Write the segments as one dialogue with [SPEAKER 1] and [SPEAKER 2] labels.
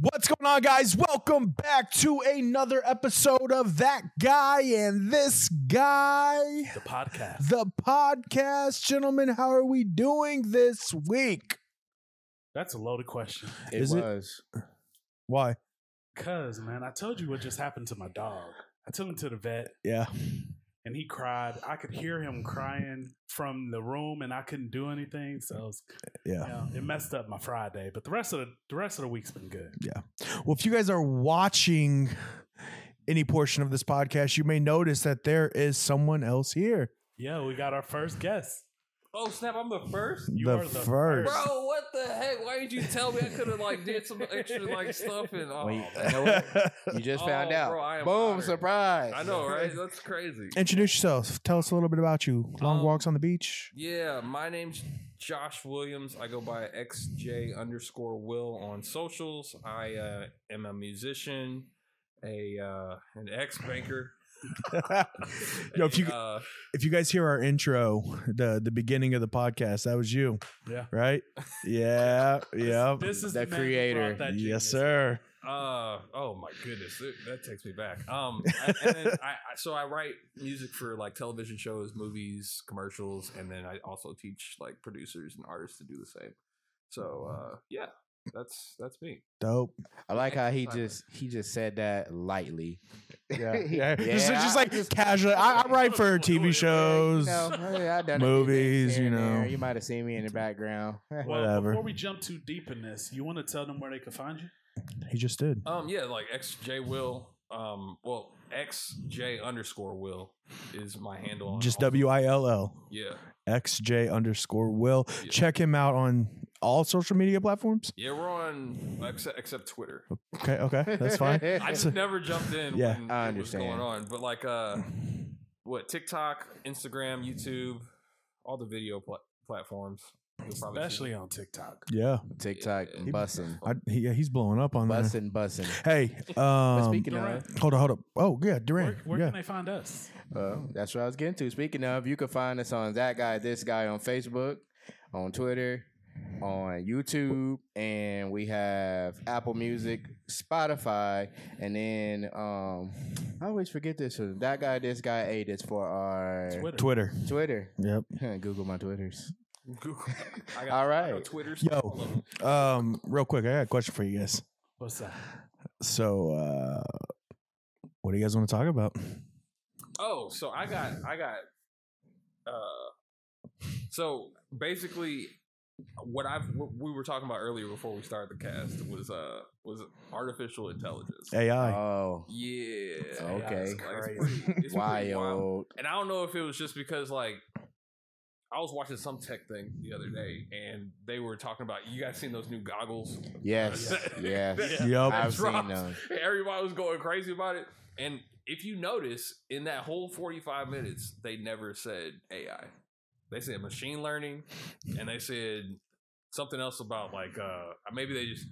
[SPEAKER 1] What's going on, guys? Welcome back to another episode of That Guy and This Guy,
[SPEAKER 2] The podcast.
[SPEAKER 1] the podcast. Gentlemen, how are we doing this week?
[SPEAKER 2] That's a loaded question.
[SPEAKER 3] It
[SPEAKER 1] Is it-
[SPEAKER 3] was.
[SPEAKER 1] Why?
[SPEAKER 2] Cause man, I told you what just happened to my dog. I took him to the vet
[SPEAKER 1] Yeah.
[SPEAKER 2] and he cried. I could hear him crying from the room and I couldn't do anything. So it, was-
[SPEAKER 1] Yeah.
[SPEAKER 2] you know, it messed up my Friday. But the rest of the, the rest of the week's been good.
[SPEAKER 1] Well, if you guys are watching any portion of this podcast, you may notice that there is someone else here.
[SPEAKER 2] Yeah, we got our first guest.
[SPEAKER 4] Oh snap! I'm the first,
[SPEAKER 2] You
[SPEAKER 1] the
[SPEAKER 2] are the
[SPEAKER 1] first.
[SPEAKER 4] bro. What the heck? Why did you tell me? I could have like did some extra like stuff and oh,
[SPEAKER 3] Wait,
[SPEAKER 4] man.
[SPEAKER 3] you know what? You just
[SPEAKER 4] Oh,
[SPEAKER 3] found out.
[SPEAKER 4] bro, I am
[SPEAKER 3] Boom!
[SPEAKER 4] honored.
[SPEAKER 3] Surprise!
[SPEAKER 4] I know, right? That's crazy.
[SPEAKER 1] Introduce yourself. Tell us a little bit about you. Long
[SPEAKER 4] Um,
[SPEAKER 1] walks on the beach.
[SPEAKER 4] Yeah, my name's Josh Williams. I go by XJ underscore Will on socials. I uh, am a musician, a uh, an ex banker.
[SPEAKER 1] Yo, if you
[SPEAKER 4] uh,
[SPEAKER 1] if you guys hear our intro, the the beginning of the podcast, that was you,
[SPEAKER 2] Yeah.
[SPEAKER 1] right? Yeah, yeah.
[SPEAKER 2] This is
[SPEAKER 3] The
[SPEAKER 2] the, man who
[SPEAKER 3] creator.
[SPEAKER 2] brought that
[SPEAKER 1] yes,
[SPEAKER 2] genius.
[SPEAKER 1] sir.
[SPEAKER 4] Uh oh my goodness, that- that takes me back. Um, I, and then I, I so I write music for like television shows, movies, commercials, and then I also teach like producers and artists to do the same. So
[SPEAKER 1] Mm-hmm.
[SPEAKER 4] uh, yeah, that's that's me.
[SPEAKER 1] Dope.
[SPEAKER 3] I like how he
[SPEAKER 4] Silent.
[SPEAKER 3] just he just said that lightly.
[SPEAKER 1] Yeah, yeah. Just,
[SPEAKER 3] Yeah,
[SPEAKER 1] just
[SPEAKER 3] I
[SPEAKER 1] like casual. I, I write for TV shows.
[SPEAKER 3] You know, hey, I done a few things
[SPEAKER 1] movies,
[SPEAKER 3] here
[SPEAKER 1] you
[SPEAKER 3] and there.
[SPEAKER 1] know.
[SPEAKER 3] You might have seen me in the background.
[SPEAKER 2] Well,
[SPEAKER 1] Whatever.
[SPEAKER 2] Before we jump too deep in this, you want to tell them where they can find you?
[SPEAKER 1] He just did.
[SPEAKER 4] Um, yeah, like XJ Will. Um, well, XJ underscore Will is my handle.
[SPEAKER 2] Oh,
[SPEAKER 4] On
[SPEAKER 1] Just
[SPEAKER 4] all-
[SPEAKER 1] W I L L
[SPEAKER 4] Yeah,
[SPEAKER 1] X J underscore Will.
[SPEAKER 4] Yeah.
[SPEAKER 1] Check him out on all social media platforms.
[SPEAKER 4] yeah, we're on except, except Twitter.
[SPEAKER 1] Okay, okay, that's fine.
[SPEAKER 4] I just
[SPEAKER 1] So-
[SPEAKER 4] never jumped in.
[SPEAKER 1] Yeah.
[SPEAKER 4] when
[SPEAKER 3] I
[SPEAKER 4] it was going
[SPEAKER 3] understand.
[SPEAKER 4] on, but like uh, what TikTok, Instagram, YouTube, all the video pla- platforms. you'll probably see
[SPEAKER 2] Especially
[SPEAKER 4] me.
[SPEAKER 2] on TikTok.
[SPEAKER 1] Yeah,
[SPEAKER 3] TikTok
[SPEAKER 4] Yeah.
[SPEAKER 3] bussing,
[SPEAKER 1] I, he, yeah, he's blowing up on that.
[SPEAKER 3] bussing, bussing.
[SPEAKER 1] Hey,
[SPEAKER 3] But
[SPEAKER 1] um,
[SPEAKER 3] speaking
[SPEAKER 2] Durant.
[SPEAKER 3] of,
[SPEAKER 1] hold on, hold up. Oh yeah,
[SPEAKER 2] Where,
[SPEAKER 1] Durant.
[SPEAKER 2] where
[SPEAKER 1] yeah.
[SPEAKER 2] can they find us?
[SPEAKER 3] Well, that's what I was getting to. Speaking of, you can find us on that guy, this guy on Facebook, on Twitter, on YouTube, and we have Apple Music, Spotify, and then um, I always forget this one. That guy, this guy, eight is for our
[SPEAKER 2] Twitter.
[SPEAKER 1] Twitter.
[SPEAKER 3] Twitter.
[SPEAKER 1] Yep.
[SPEAKER 3] Google my Twitters.
[SPEAKER 4] Google. I got,
[SPEAKER 3] All
[SPEAKER 4] I know
[SPEAKER 3] right.
[SPEAKER 4] Twitter's
[SPEAKER 1] Yo.
[SPEAKER 4] all of 'em.
[SPEAKER 1] Um, real quick, I got a question for you guys.
[SPEAKER 2] What's up?
[SPEAKER 1] So, uh, what do you guys want to talk about?
[SPEAKER 4] Oh, so I got I got uh so basically what I've what we were talking about earlier before we started the cast was uh was artificial intelligence.
[SPEAKER 1] AI.
[SPEAKER 3] Oh,
[SPEAKER 4] Yeah.
[SPEAKER 3] Okay.
[SPEAKER 4] Like, it's pretty, it's pretty wild.
[SPEAKER 3] wild.
[SPEAKER 4] And I don't know if it was just because like I was watching some tech thing the other day and they were talking about you guys seen those new goggles?
[SPEAKER 3] Yes, yes.
[SPEAKER 4] Yeah.
[SPEAKER 1] Yup.
[SPEAKER 3] I've
[SPEAKER 4] dropped.
[SPEAKER 3] seen them.
[SPEAKER 4] Everybody was going crazy about it. And if you notice, in that whole 45 minutes, they never said AI. They said machine learning and they said something else about like uh maybe they just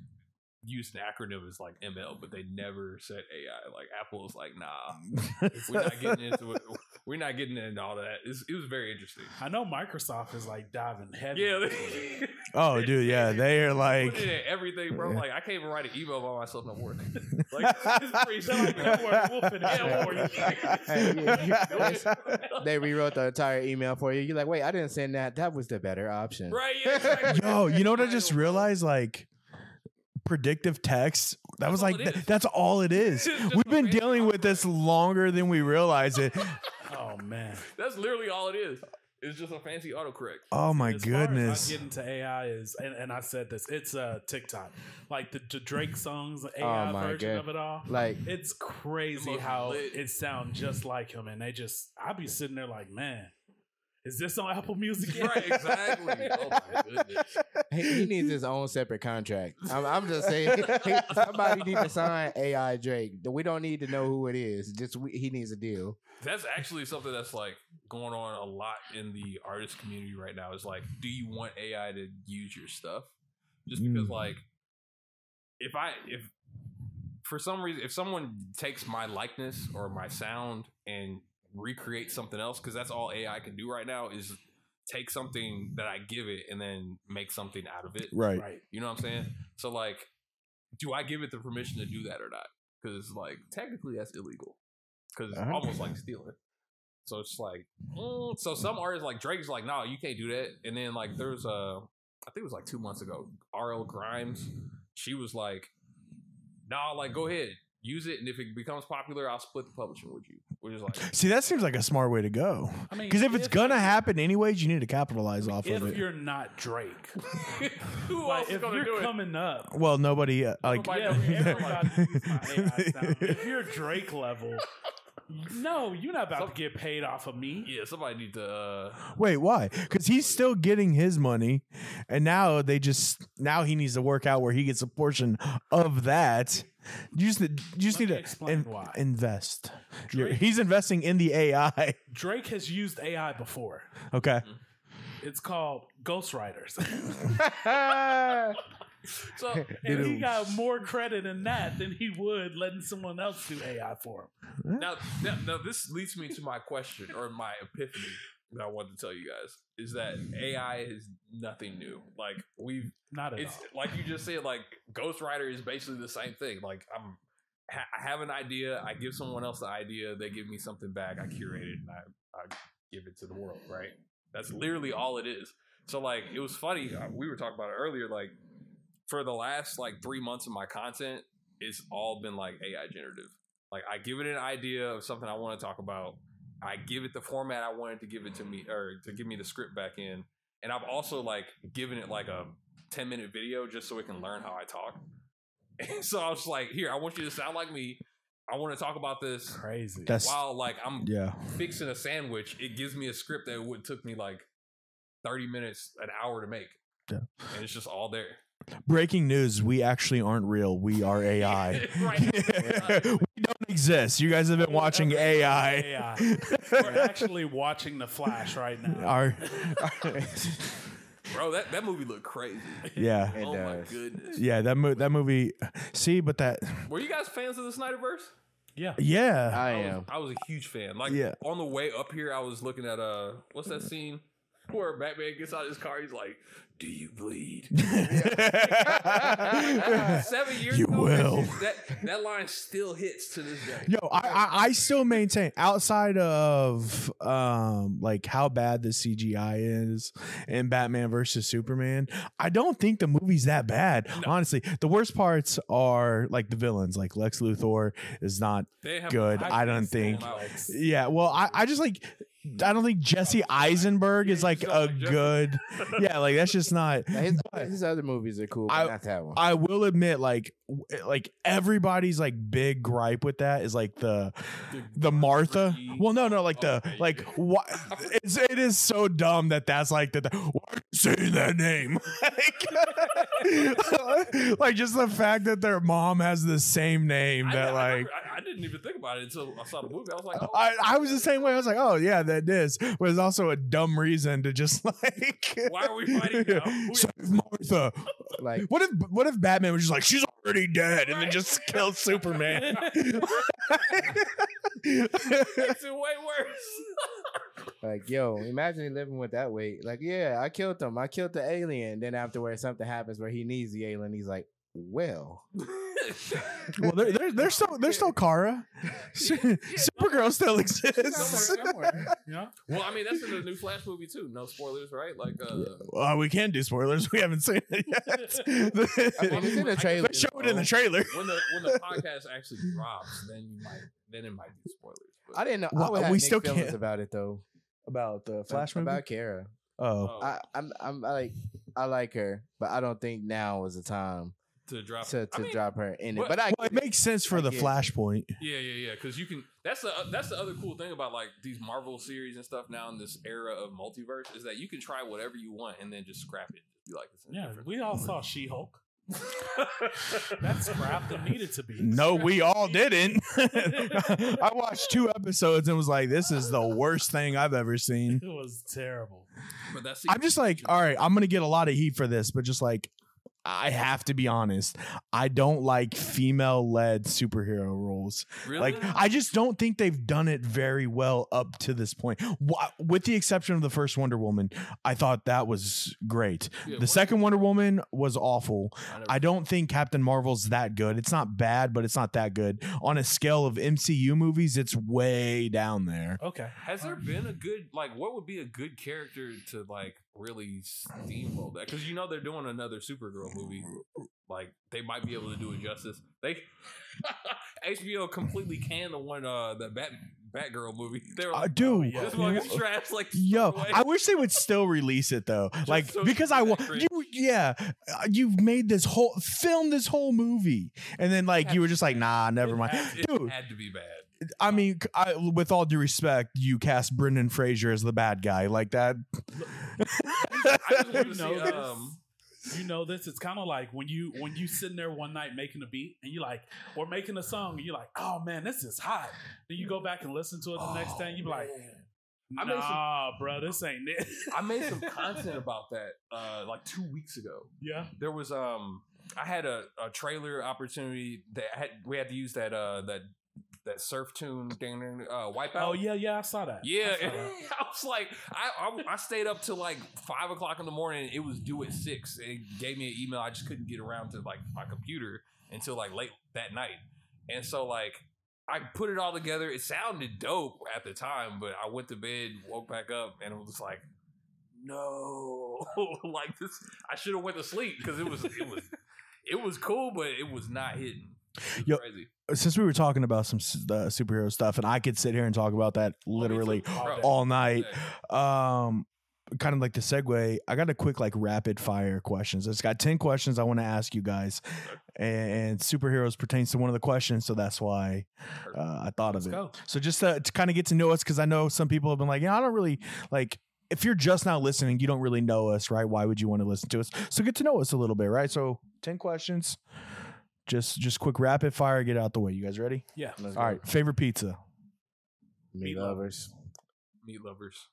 [SPEAKER 4] used an acronym as like ML, but they never said AI. Like Apple was like, nah, we're not getting into it. We're not getting into all that. It's, it was very interesting.
[SPEAKER 2] I know Microsoft is like diving heavy.
[SPEAKER 4] Yeah.
[SPEAKER 2] into it.
[SPEAKER 4] they-
[SPEAKER 1] oh, dude. Yeah, they are
[SPEAKER 4] Put
[SPEAKER 1] like.
[SPEAKER 4] it in everything, bro.
[SPEAKER 1] Yeah.
[SPEAKER 4] Like I can't even write an email by myself no more. like it's pretty
[SPEAKER 2] Don't worry, we'll finish
[SPEAKER 4] Yeah,
[SPEAKER 2] it
[SPEAKER 4] don't
[SPEAKER 2] for
[SPEAKER 4] worry.
[SPEAKER 3] That's- They rewrote the entire email for you. You're like, wait, I didn't send that. That was the better option.
[SPEAKER 4] right? Yeah, exactly.
[SPEAKER 1] Yo, you know what I just
[SPEAKER 4] Title.
[SPEAKER 1] realized? Like, predictive text. That
[SPEAKER 4] That's
[SPEAKER 1] was
[SPEAKER 4] all
[SPEAKER 1] like.
[SPEAKER 4] it
[SPEAKER 1] th-
[SPEAKER 4] is.
[SPEAKER 1] that's all it is.
[SPEAKER 4] Just
[SPEAKER 1] We've
[SPEAKER 4] a
[SPEAKER 1] been
[SPEAKER 4] fancy
[SPEAKER 1] dealing with this
[SPEAKER 4] algorithm.
[SPEAKER 1] longer than we realize it.
[SPEAKER 2] Oh man.
[SPEAKER 4] That's literally all it is. It's just a fancy autocorrect.
[SPEAKER 1] Oh my
[SPEAKER 2] As far as
[SPEAKER 1] goodness.
[SPEAKER 2] I get into AI is, and, and I said this, it's uh, TikTok. Like the, the Drake songs, the AI
[SPEAKER 3] Oh, my
[SPEAKER 2] version
[SPEAKER 3] God.
[SPEAKER 2] of it all.
[SPEAKER 3] Like,
[SPEAKER 2] It's
[SPEAKER 4] The
[SPEAKER 2] crazy
[SPEAKER 4] most
[SPEAKER 2] how
[SPEAKER 4] lit.
[SPEAKER 2] it sounds just like him, and they just, i be sitting there like, man, is this on Apple Music? yet?"
[SPEAKER 4] Right, exactly. Oh my goodness.
[SPEAKER 3] He, he needs his own separate contract. I'm, I'm just saying, somebody needs to sign AI Drake. We don't need to know who it is. Just we, he needs a deal.
[SPEAKER 4] That's actually something that's like going on a lot in the artist community right now. Is like, do you want AI to use your stuff? Just because,
[SPEAKER 1] Mm.
[SPEAKER 4] like, if I if for some reason if someone takes my likeness or my sound and recreates something else, because that's all AI can do right now is take something that I give it and then make something out of it.
[SPEAKER 1] right.
[SPEAKER 2] Right.
[SPEAKER 4] You know what I'm saying? So like, do I give it the permission to do that or not? Because like technically that's illegal. Because it's
[SPEAKER 3] Uh-huh.
[SPEAKER 4] almost like stealing. So it's like, mm, so some artists like Drake's like, no, you can't do that. And then like there's a, I think it was like two months ago, RL Grimes, she was like, no, like go ahead, use it, and if it becomes popular, I'll split the publishing with you. Which is like,
[SPEAKER 1] See, that seems like a smart way to go.
[SPEAKER 2] I mean,
[SPEAKER 1] Because if it's gonna happen anyways, you need to capitalize off
[SPEAKER 2] if
[SPEAKER 1] of it.
[SPEAKER 2] you're not Drake,
[SPEAKER 4] who
[SPEAKER 2] like
[SPEAKER 4] else is
[SPEAKER 2] if
[SPEAKER 4] gonna do
[SPEAKER 2] you're
[SPEAKER 4] it?
[SPEAKER 2] coming up,
[SPEAKER 1] Well, nobody uh, like.
[SPEAKER 4] Nobody-
[SPEAKER 2] yeah, everybody uses my AI sound. If you're Drake level, no, you're not about to get paid off of me.
[SPEAKER 4] yeah, somebody need to. Uh,
[SPEAKER 1] Wait, why? Because he's still getting his money, and now they just now he needs to work out where he gets a portion of that. You just, you just
[SPEAKER 2] Let me
[SPEAKER 1] need to
[SPEAKER 2] explain
[SPEAKER 1] in-
[SPEAKER 2] why.
[SPEAKER 1] invest. You're-
[SPEAKER 2] Drake-
[SPEAKER 1] he's investing in the AI.
[SPEAKER 2] Drake has used AI before.
[SPEAKER 1] Okay,
[SPEAKER 2] It's called Ghostwriters.
[SPEAKER 4] so
[SPEAKER 2] and he
[SPEAKER 1] Diddles.
[SPEAKER 2] got more credit in that than he would letting someone else do AI for him.
[SPEAKER 4] now, now, now this leads me to my question or my epiphany that I wanted to tell you guys is that AI is nothing new. Like we've,
[SPEAKER 2] Not at
[SPEAKER 4] it's
[SPEAKER 2] all.
[SPEAKER 4] like you just said, like Ghost Rider is basically the same thing. Like I'm, ha- I have an idea, I give someone else the idea, they give me something back, I curate it, and I, I give it to the world. Right? That's literally all it is. So like it was funny. uh, We were talking about it earlier. Like for the last like three months of my content, it's all been like AI generative. Like I give it an idea of something I want to talk about. I give it the format I wanted to give it to me or to give me the script back in. And I've also like given it like a 10 minute video just so it can learn how I talk. And so I was like, here, I want you to sound like me. I want to talk about this
[SPEAKER 2] Crazy.
[SPEAKER 1] that's
[SPEAKER 4] while like I'm
[SPEAKER 1] yeah.
[SPEAKER 4] fixing a sandwich, it gives me a script that would took me like 30 minutes, an hour to make.
[SPEAKER 1] Yeah.
[SPEAKER 4] And it's just all there.
[SPEAKER 1] Breaking news: We actually aren't real. We are AI.
[SPEAKER 4] Right.
[SPEAKER 1] we don't exist. You guys have been watching AI.
[SPEAKER 2] AI. We're actually watching The Flash right now.
[SPEAKER 1] Our,
[SPEAKER 4] Bro, that, that movie looked crazy.
[SPEAKER 1] yeah,
[SPEAKER 3] It
[SPEAKER 4] oh
[SPEAKER 3] does.
[SPEAKER 4] my goodness.
[SPEAKER 1] yeah. That mo- that movie. See, but that.
[SPEAKER 4] Were you guys fans of the Snyderverse?
[SPEAKER 2] Yeah.
[SPEAKER 1] Yeah.
[SPEAKER 3] I
[SPEAKER 4] I
[SPEAKER 3] am.
[SPEAKER 4] was, I was a huge fan. Like
[SPEAKER 1] Yeah.
[SPEAKER 4] on the way up here, I was looking at uh what's that scene where Batman gets out of his car, he's like, Do you bleed? Seven years
[SPEAKER 1] You
[SPEAKER 4] ago,
[SPEAKER 1] will.
[SPEAKER 4] That, shit- that that line still hits to this day.
[SPEAKER 1] Yo, I, I I still maintain outside of um like how bad the CGI is in Batman versus Superman, I don't think the movie's that bad. Honestly, the worst parts are like the villains, like Lex Luthor is not
[SPEAKER 4] They have-
[SPEAKER 1] good. I don't think.
[SPEAKER 4] Wow.
[SPEAKER 1] Yeah, well, I, I just like I don't think Jesse Eisenberg is
[SPEAKER 4] Yeah,
[SPEAKER 1] like
[SPEAKER 4] he's
[SPEAKER 1] a
[SPEAKER 4] not like Jesse.
[SPEAKER 1] good Yeah, like that's just not
[SPEAKER 3] Now, His, his other movies are cool, but
[SPEAKER 1] I-
[SPEAKER 3] not that one.
[SPEAKER 1] I will admit, like, w- eh, like everybody's like big gripe with that is like the the Martha.
[SPEAKER 4] gripe.
[SPEAKER 1] Well, no, no, like the
[SPEAKER 4] Okay.
[SPEAKER 1] like why it's it is so dumb that that's like the why are you saying that name? like, like just the fact that their mom has the same name
[SPEAKER 4] I,
[SPEAKER 1] that
[SPEAKER 4] I
[SPEAKER 1] like.
[SPEAKER 4] remember- I, I didn't even think about it until I saw the movie. I was like, oh,
[SPEAKER 1] I, I was the same way. I was like, oh yeah, that is. But it's also a dumb reason to just like
[SPEAKER 4] Why are we fighting now? Who-
[SPEAKER 1] Save Martha.
[SPEAKER 3] Like,
[SPEAKER 1] What if what if Batman was just like she's already dead and then just killed Superman?
[SPEAKER 4] it's way worse.
[SPEAKER 3] like, yo, imagine living with that weight. Like, yeah, I killed him. I killed the alien. Then afterwards, something happens where he needs the alien. He's like, well,
[SPEAKER 1] well, there, there, there's still there's still Kara. Supergirl still exists.
[SPEAKER 3] somewhere.
[SPEAKER 2] Yeah.
[SPEAKER 4] well, I mean, that's in the new Flash movie too. No spoilers, right? Like, uh,
[SPEAKER 1] Uh, we can do spoilers. We haven't seen it
[SPEAKER 3] I mean,
[SPEAKER 1] yet.
[SPEAKER 3] it's in the trailer.
[SPEAKER 1] but show it in the trailer.
[SPEAKER 4] when the when the podcast actually drops, then you might then it might be spoilers. But,
[SPEAKER 3] I didn't know. I
[SPEAKER 1] Well,
[SPEAKER 3] would have
[SPEAKER 1] we
[SPEAKER 3] we
[SPEAKER 1] still
[SPEAKER 3] still feelings
[SPEAKER 1] can't-
[SPEAKER 3] about it though.
[SPEAKER 1] About the
[SPEAKER 3] about Kara.
[SPEAKER 1] Oh,
[SPEAKER 4] uh,
[SPEAKER 3] I, I'm, I'm I like, I like her, but I don't think now is the time
[SPEAKER 4] to drop
[SPEAKER 3] to, to
[SPEAKER 4] Uh, I mean,
[SPEAKER 3] drop her in it.
[SPEAKER 4] what-
[SPEAKER 3] But I,
[SPEAKER 1] well, it makes sense for
[SPEAKER 3] I
[SPEAKER 1] the
[SPEAKER 3] get it.
[SPEAKER 1] Flashpoint.
[SPEAKER 4] Yeah, yeah, yeah. Because you can. That's the that's the other cool thing about like these Marvel series and stuff now in this era of multiverse is that you can try whatever you want and then just scrap it. You like this?
[SPEAKER 2] Yeah. We all saw She Hulk. That's crap that needed to be.
[SPEAKER 1] No, we all didn't. I watched two episodes and was like, "This is the worst thing I've ever seen."
[SPEAKER 2] It was terrible.
[SPEAKER 4] but that's
[SPEAKER 1] I'm just like, all right, I'm gonna get a lot of heat for this, but just like, I have to be honest. I don't like female led superhero roles.
[SPEAKER 4] Really?
[SPEAKER 1] Like I just don't think they've done it very well up to this point. Wh- With the exception of the first Wonder Woman, I thought that was great.
[SPEAKER 4] Yeah,
[SPEAKER 1] The
[SPEAKER 4] what-
[SPEAKER 1] second Wonder Woman was awful.
[SPEAKER 4] never-
[SPEAKER 1] I don't think Captain Marvel's that good. It's not bad, but it's not that good. On a scale of MCU movies, it's way down there.
[SPEAKER 2] Okay.
[SPEAKER 4] Has there been a good like what would be a good character to like really steamroll that? Because you know they're doing another Supergirl movie. Like they might be able to do it justice. They HBO completely canned the one uh the Bat Batgirl movie. They're
[SPEAKER 1] Uh,
[SPEAKER 4] like,
[SPEAKER 1] dude,
[SPEAKER 4] Oh, this one is trash. Like
[SPEAKER 1] Yo,
[SPEAKER 4] throw it away.
[SPEAKER 1] I wish they would still release it though. like
[SPEAKER 4] so
[SPEAKER 1] because
[SPEAKER 4] you
[SPEAKER 1] I
[SPEAKER 4] can
[SPEAKER 1] want
[SPEAKER 4] cringe.
[SPEAKER 1] you yeah, uh, you've made this whole film this whole movie and then like you were just like nah, never mind.
[SPEAKER 4] It
[SPEAKER 1] Dude,
[SPEAKER 4] had to be bad.
[SPEAKER 1] I mean c- I, with all due respect, you cast Brendan Fraser as the bad guy like that.
[SPEAKER 4] I just wanted to
[SPEAKER 2] You know
[SPEAKER 4] see
[SPEAKER 2] this.
[SPEAKER 4] um
[SPEAKER 2] You know this. It's kind of like when you when you sitting there one night making a beat and you like or making a song and you're like, oh man, this is hot. Then you go back and listen to it the next day and you be like,
[SPEAKER 4] Oh, I made some-
[SPEAKER 2] nah, bro, this ain't it.
[SPEAKER 4] I made some content about that uh like two weeks ago.
[SPEAKER 2] yeah.
[SPEAKER 4] there was um I had a, a trailer opportunity that I had we had to use that uh that that surf tune dang, dang, dang, uh wipeout.
[SPEAKER 2] Oh yeah, yeah, I saw that.
[SPEAKER 4] Yeah,
[SPEAKER 2] I saw
[SPEAKER 4] and
[SPEAKER 2] that.
[SPEAKER 4] I was like, I, I I stayed up till like five o'clock in the morning. It was due at six. It gave me an email. I just couldn't get around to like my computer until like late that night. And so like I put it all together. It sounded dope at the time, but I went to bed, woke back up, and it was like, no, like this. I should have went to sleep because it was it was it was cool, but it was not hitting. It was
[SPEAKER 1] Yo,
[SPEAKER 4] crazy.
[SPEAKER 1] Since we were talking about some s- uh, superhero stuff and I could sit here and talk about that
[SPEAKER 4] Oh,
[SPEAKER 1] literally
[SPEAKER 4] Bro.
[SPEAKER 1] all night.
[SPEAKER 4] Yeah.
[SPEAKER 1] um kind of like the segue i got a quick like rapid fire questions it's got 10 questions i want to ask you guys and, and superheroes pertains to one of the questions so that's why uh, i thought
[SPEAKER 2] Let's
[SPEAKER 1] of it
[SPEAKER 2] go.
[SPEAKER 1] so just uh, to, to kind of get to know us because i know some people have been like yeah i don't really like if you're just now listening you don't really know us right why would you want to listen to us so get to know us a little bit right so 10 questions just just quick rapid fire get out the way you guys ready
[SPEAKER 2] Yeah.
[SPEAKER 3] Let's
[SPEAKER 1] all
[SPEAKER 3] go.
[SPEAKER 1] right favorite pizza
[SPEAKER 3] meat
[SPEAKER 2] Meatloaf.
[SPEAKER 3] lovers.
[SPEAKER 4] Meat lovers.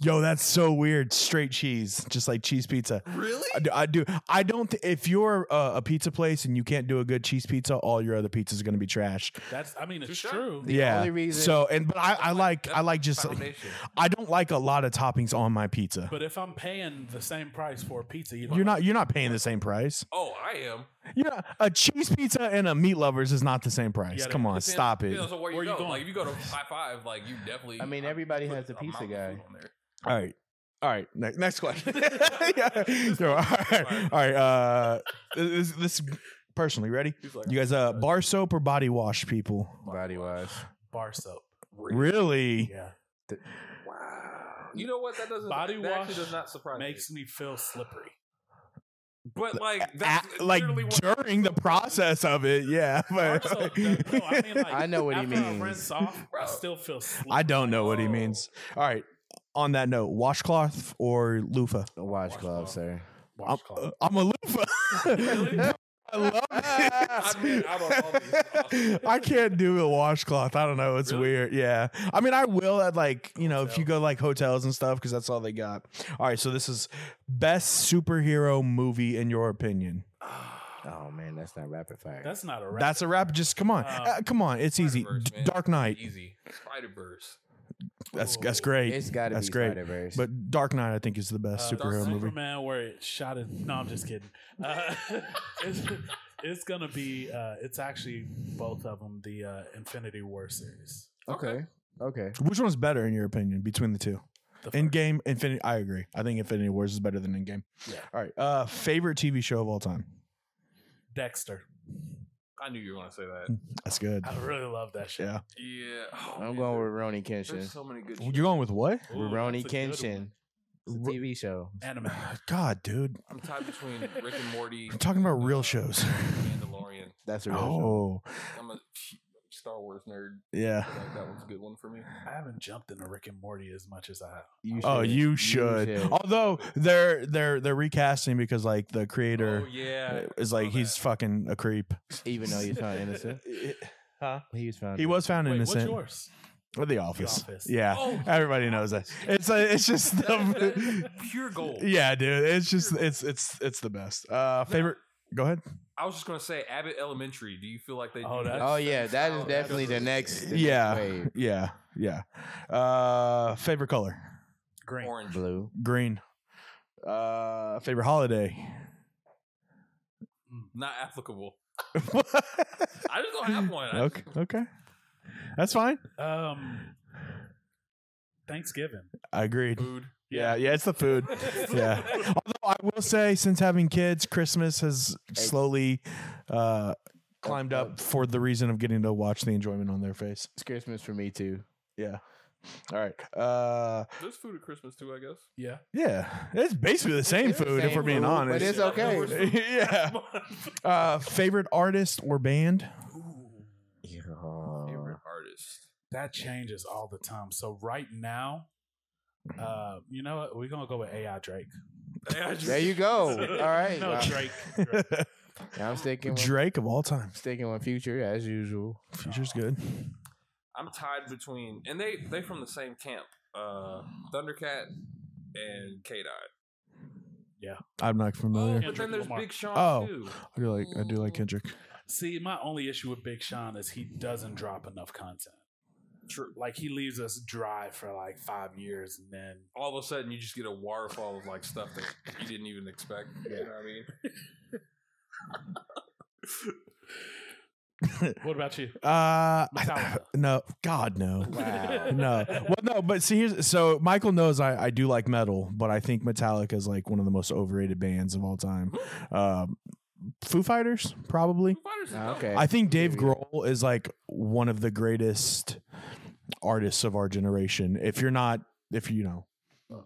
[SPEAKER 1] yo that's so weird straight cheese just like cheese pizza
[SPEAKER 4] Really?
[SPEAKER 1] I do. I, do. I don't. Th- if you're uh, a pizza place and you can't do a good cheese pizza, all your other pizzas are going to be trash.
[SPEAKER 2] That's I mean it's
[SPEAKER 4] Touche.
[SPEAKER 2] true.
[SPEAKER 3] The
[SPEAKER 1] yeah.
[SPEAKER 3] only reason-
[SPEAKER 1] so and but I, I like
[SPEAKER 4] That's
[SPEAKER 1] I like just
[SPEAKER 4] Foundation.
[SPEAKER 1] I don't like a lot of toppings on my pizza.
[SPEAKER 2] But if I'm paying the same price for a pizza, you
[SPEAKER 1] You're not you're not paying the same price.
[SPEAKER 4] Oh, I am.
[SPEAKER 1] You know, a cheese pizza and a meat lovers is not the same price.
[SPEAKER 2] Yeah,
[SPEAKER 1] Come on,
[SPEAKER 4] Depends-
[SPEAKER 1] stop it.
[SPEAKER 4] depends on where you
[SPEAKER 2] Where you
[SPEAKER 4] go.
[SPEAKER 2] going?
[SPEAKER 4] Like if you go to high five, like you definitely.
[SPEAKER 3] I mean, everybody
[SPEAKER 4] put
[SPEAKER 3] has
[SPEAKER 4] a
[SPEAKER 3] the pizza
[SPEAKER 4] mountain of
[SPEAKER 3] guy.
[SPEAKER 4] food on there.
[SPEAKER 1] All right. All right. Ne- next question. Yeah. Yo, all right. All right. Uh, this, this personally ready.
[SPEAKER 4] He's like,
[SPEAKER 1] You guys, uh, bar soap or body wash, people?
[SPEAKER 3] Body wise.
[SPEAKER 2] bar soap.
[SPEAKER 1] Really?
[SPEAKER 2] Yeah.
[SPEAKER 4] you know what? That doesn't.
[SPEAKER 2] Body
[SPEAKER 4] that actually
[SPEAKER 2] wash
[SPEAKER 4] does not surprise
[SPEAKER 2] Makes me feel slippery.
[SPEAKER 4] me. But like, that's
[SPEAKER 1] at, like
[SPEAKER 4] literally what-
[SPEAKER 1] during the process of it, yeah. But
[SPEAKER 2] Also, no, no, I mean, like,
[SPEAKER 3] I know what he
[SPEAKER 2] after I
[SPEAKER 3] means.
[SPEAKER 2] rinse off,
[SPEAKER 4] Bro.
[SPEAKER 2] I still feel slippery.
[SPEAKER 1] I don't know what he means. All right. On that note, washcloth or loofah?
[SPEAKER 3] A washcloth,
[SPEAKER 2] Washcloth.
[SPEAKER 3] sir.
[SPEAKER 1] I'm,
[SPEAKER 2] Washcloth.
[SPEAKER 1] uh, I'm a loofah. I love
[SPEAKER 4] mean, I'm a- I'm
[SPEAKER 1] it. I can't do a washcloth. I don't know. It's
[SPEAKER 4] Really?
[SPEAKER 1] weird. Yeah. I mean, I will at like, you know, if you go like hotels and stuff, because that's all they got. All right. So this is best superhero movie in your opinion.
[SPEAKER 3] Oh man, that's not rapid fire.
[SPEAKER 2] That's not a rap.
[SPEAKER 1] That's a wrap. Just come on.
[SPEAKER 2] Um,
[SPEAKER 1] Uh, come on. It's easy.
[SPEAKER 4] Spider-Verse,
[SPEAKER 1] D-
[SPEAKER 4] man.
[SPEAKER 1] Dark Knight.
[SPEAKER 4] Easy. Spider Verse.
[SPEAKER 1] That's that's great.
[SPEAKER 3] it's got to be
[SPEAKER 1] that's great.
[SPEAKER 3] Spider Verse.
[SPEAKER 1] But Dark Knight, I think, is the best
[SPEAKER 2] Uh,
[SPEAKER 1] superhero movie.
[SPEAKER 2] Superman, where it shot it. No, I'm just kidding. Uh, it's, it's gonna be. Uh, it's actually both of them. The uh, Infinity War series.
[SPEAKER 3] okay, okay.
[SPEAKER 1] Which one's better in your opinion between the two?
[SPEAKER 2] The
[SPEAKER 1] In
[SPEAKER 2] first-
[SPEAKER 1] game, Infinity. I agree. I think Infinity Wars is better than in game.
[SPEAKER 2] Yeah.
[SPEAKER 1] All right. Uh, favorite TV show of all time.
[SPEAKER 2] Dexter.
[SPEAKER 4] I knew you were going to say that.
[SPEAKER 1] That's good.
[SPEAKER 2] I really love that shit.
[SPEAKER 1] Yeah.
[SPEAKER 4] Yeah. Oh,
[SPEAKER 3] I'm
[SPEAKER 4] man,
[SPEAKER 3] going with
[SPEAKER 4] there-
[SPEAKER 3] Roni
[SPEAKER 4] There's
[SPEAKER 3] Kenshin.
[SPEAKER 4] so many good.
[SPEAKER 1] You're going with what?
[SPEAKER 2] Ooh,
[SPEAKER 3] Roni
[SPEAKER 2] that's a good
[SPEAKER 3] Kenshin. It's a
[SPEAKER 1] Ro-
[SPEAKER 3] TV show.
[SPEAKER 2] one. Anime.
[SPEAKER 1] God, dude.
[SPEAKER 4] I'm tied between Rick and Morty. Uh,
[SPEAKER 1] We're talking about real shows.
[SPEAKER 4] Mandalorian.
[SPEAKER 3] That's a real show.
[SPEAKER 1] Oh,
[SPEAKER 4] I'm a Star Wars nerd.
[SPEAKER 1] yeah.
[SPEAKER 4] Like, that one's a good one for me.
[SPEAKER 2] I haven't jumped into Rick and Morty as much as I have.
[SPEAKER 3] You
[SPEAKER 1] Oh,
[SPEAKER 3] should.
[SPEAKER 1] you should. Oh, Although they're they're they're recasting because like the
[SPEAKER 4] Oh
[SPEAKER 1] creator
[SPEAKER 4] yeah.
[SPEAKER 1] is like
[SPEAKER 4] saw
[SPEAKER 1] he's
[SPEAKER 4] that.
[SPEAKER 1] fucking a creep.
[SPEAKER 3] Even though you found innocent,
[SPEAKER 1] Huh?
[SPEAKER 3] he was found.
[SPEAKER 1] He was found
[SPEAKER 2] Wait, what's
[SPEAKER 1] innocent.
[SPEAKER 2] yours?
[SPEAKER 1] Or The Office.
[SPEAKER 2] Office.
[SPEAKER 1] Yeah.
[SPEAKER 4] Oh,
[SPEAKER 1] Everybody knows that. It's a, it's just
[SPEAKER 4] That-
[SPEAKER 1] the,
[SPEAKER 4] that- pure gold.
[SPEAKER 1] yeah, dude. It's just it's it's it's the best. Uh, favorite. Go ahead.
[SPEAKER 4] I was just gonna say Abbott Elementary. Do you feel like they?
[SPEAKER 2] Oh,
[SPEAKER 4] do that?
[SPEAKER 2] that's-
[SPEAKER 3] Oh yeah, that
[SPEAKER 4] Oh,
[SPEAKER 3] is
[SPEAKER 4] that's
[SPEAKER 3] definitely the
[SPEAKER 4] good.
[SPEAKER 3] next. the next
[SPEAKER 1] Yeah,
[SPEAKER 3] wave.
[SPEAKER 1] yeah, yeah. Uh, favorite color.
[SPEAKER 2] Green.
[SPEAKER 4] orange.
[SPEAKER 3] Blue.
[SPEAKER 1] Green. Uh, favorite holiday.
[SPEAKER 3] Mm.
[SPEAKER 4] Not applicable. I just don't have one. I just-
[SPEAKER 1] okay, okay. That's fine.
[SPEAKER 2] Um, Thanksgiving.
[SPEAKER 1] I agreed.
[SPEAKER 4] Food.
[SPEAKER 1] Yeah, yeah, it's the food. Yeah. Although I will say, since having kids, Christmas has slowly uh, climbed up for the reason of getting to watch the enjoyment on their face.
[SPEAKER 3] It's Christmas for me too.
[SPEAKER 1] Yeah. All right. Uh,
[SPEAKER 4] There's food at Christmas too, I guess.
[SPEAKER 2] Yeah.
[SPEAKER 1] yeah, it's basically the same
[SPEAKER 3] It's the
[SPEAKER 1] food if
[SPEAKER 3] same
[SPEAKER 1] we're being
[SPEAKER 3] food, but
[SPEAKER 1] honest.
[SPEAKER 3] It's okay.
[SPEAKER 1] yeah. Uh, favorite artist or band?
[SPEAKER 2] Ooh,
[SPEAKER 3] Uh,
[SPEAKER 4] Favorite artist.
[SPEAKER 2] that changes all the time. So right now, uh, you know what? We're gonna go with AI Drake.
[SPEAKER 3] There you go. Oh, All right.
[SPEAKER 2] no
[SPEAKER 3] Wow.
[SPEAKER 2] Drake.
[SPEAKER 3] I'm sticking with,
[SPEAKER 1] Drake of all time.
[SPEAKER 3] sticking with Future as usual.
[SPEAKER 1] Future's good.
[SPEAKER 4] I'm tied between, and they they from the same camp. Uh, Thundercat and K Dot.
[SPEAKER 1] I'm not
[SPEAKER 4] Oh,
[SPEAKER 1] familiar.
[SPEAKER 4] but then there's
[SPEAKER 2] Kendrick
[SPEAKER 4] Big Sean
[SPEAKER 1] Oh.
[SPEAKER 4] too.
[SPEAKER 1] I do like I do like Kendrick.
[SPEAKER 2] See, my only issue with Big Sean is he doesn't drop enough content.
[SPEAKER 4] True.
[SPEAKER 2] Like he leaves us dry for like five years, and then
[SPEAKER 4] All of a sudden, you just get a waterfall of like stuff that you didn't even expect. You know what I mean?
[SPEAKER 2] what about you?
[SPEAKER 1] Uh,
[SPEAKER 2] Metallica.
[SPEAKER 1] no, God no.
[SPEAKER 3] Wow.
[SPEAKER 1] no. Well, no, but see, here's so Michael knows I, I do like metal, but I think Metallica is like one of the most overrated bands of all time. Um, Foo Fighters, probably.
[SPEAKER 4] Foo Fighters is
[SPEAKER 3] Ah,
[SPEAKER 4] dope.
[SPEAKER 3] okay.
[SPEAKER 1] I think Dave
[SPEAKER 3] Yeah.
[SPEAKER 1] Grohl is like one of the greatest artists of our generation. If you're not, if you know,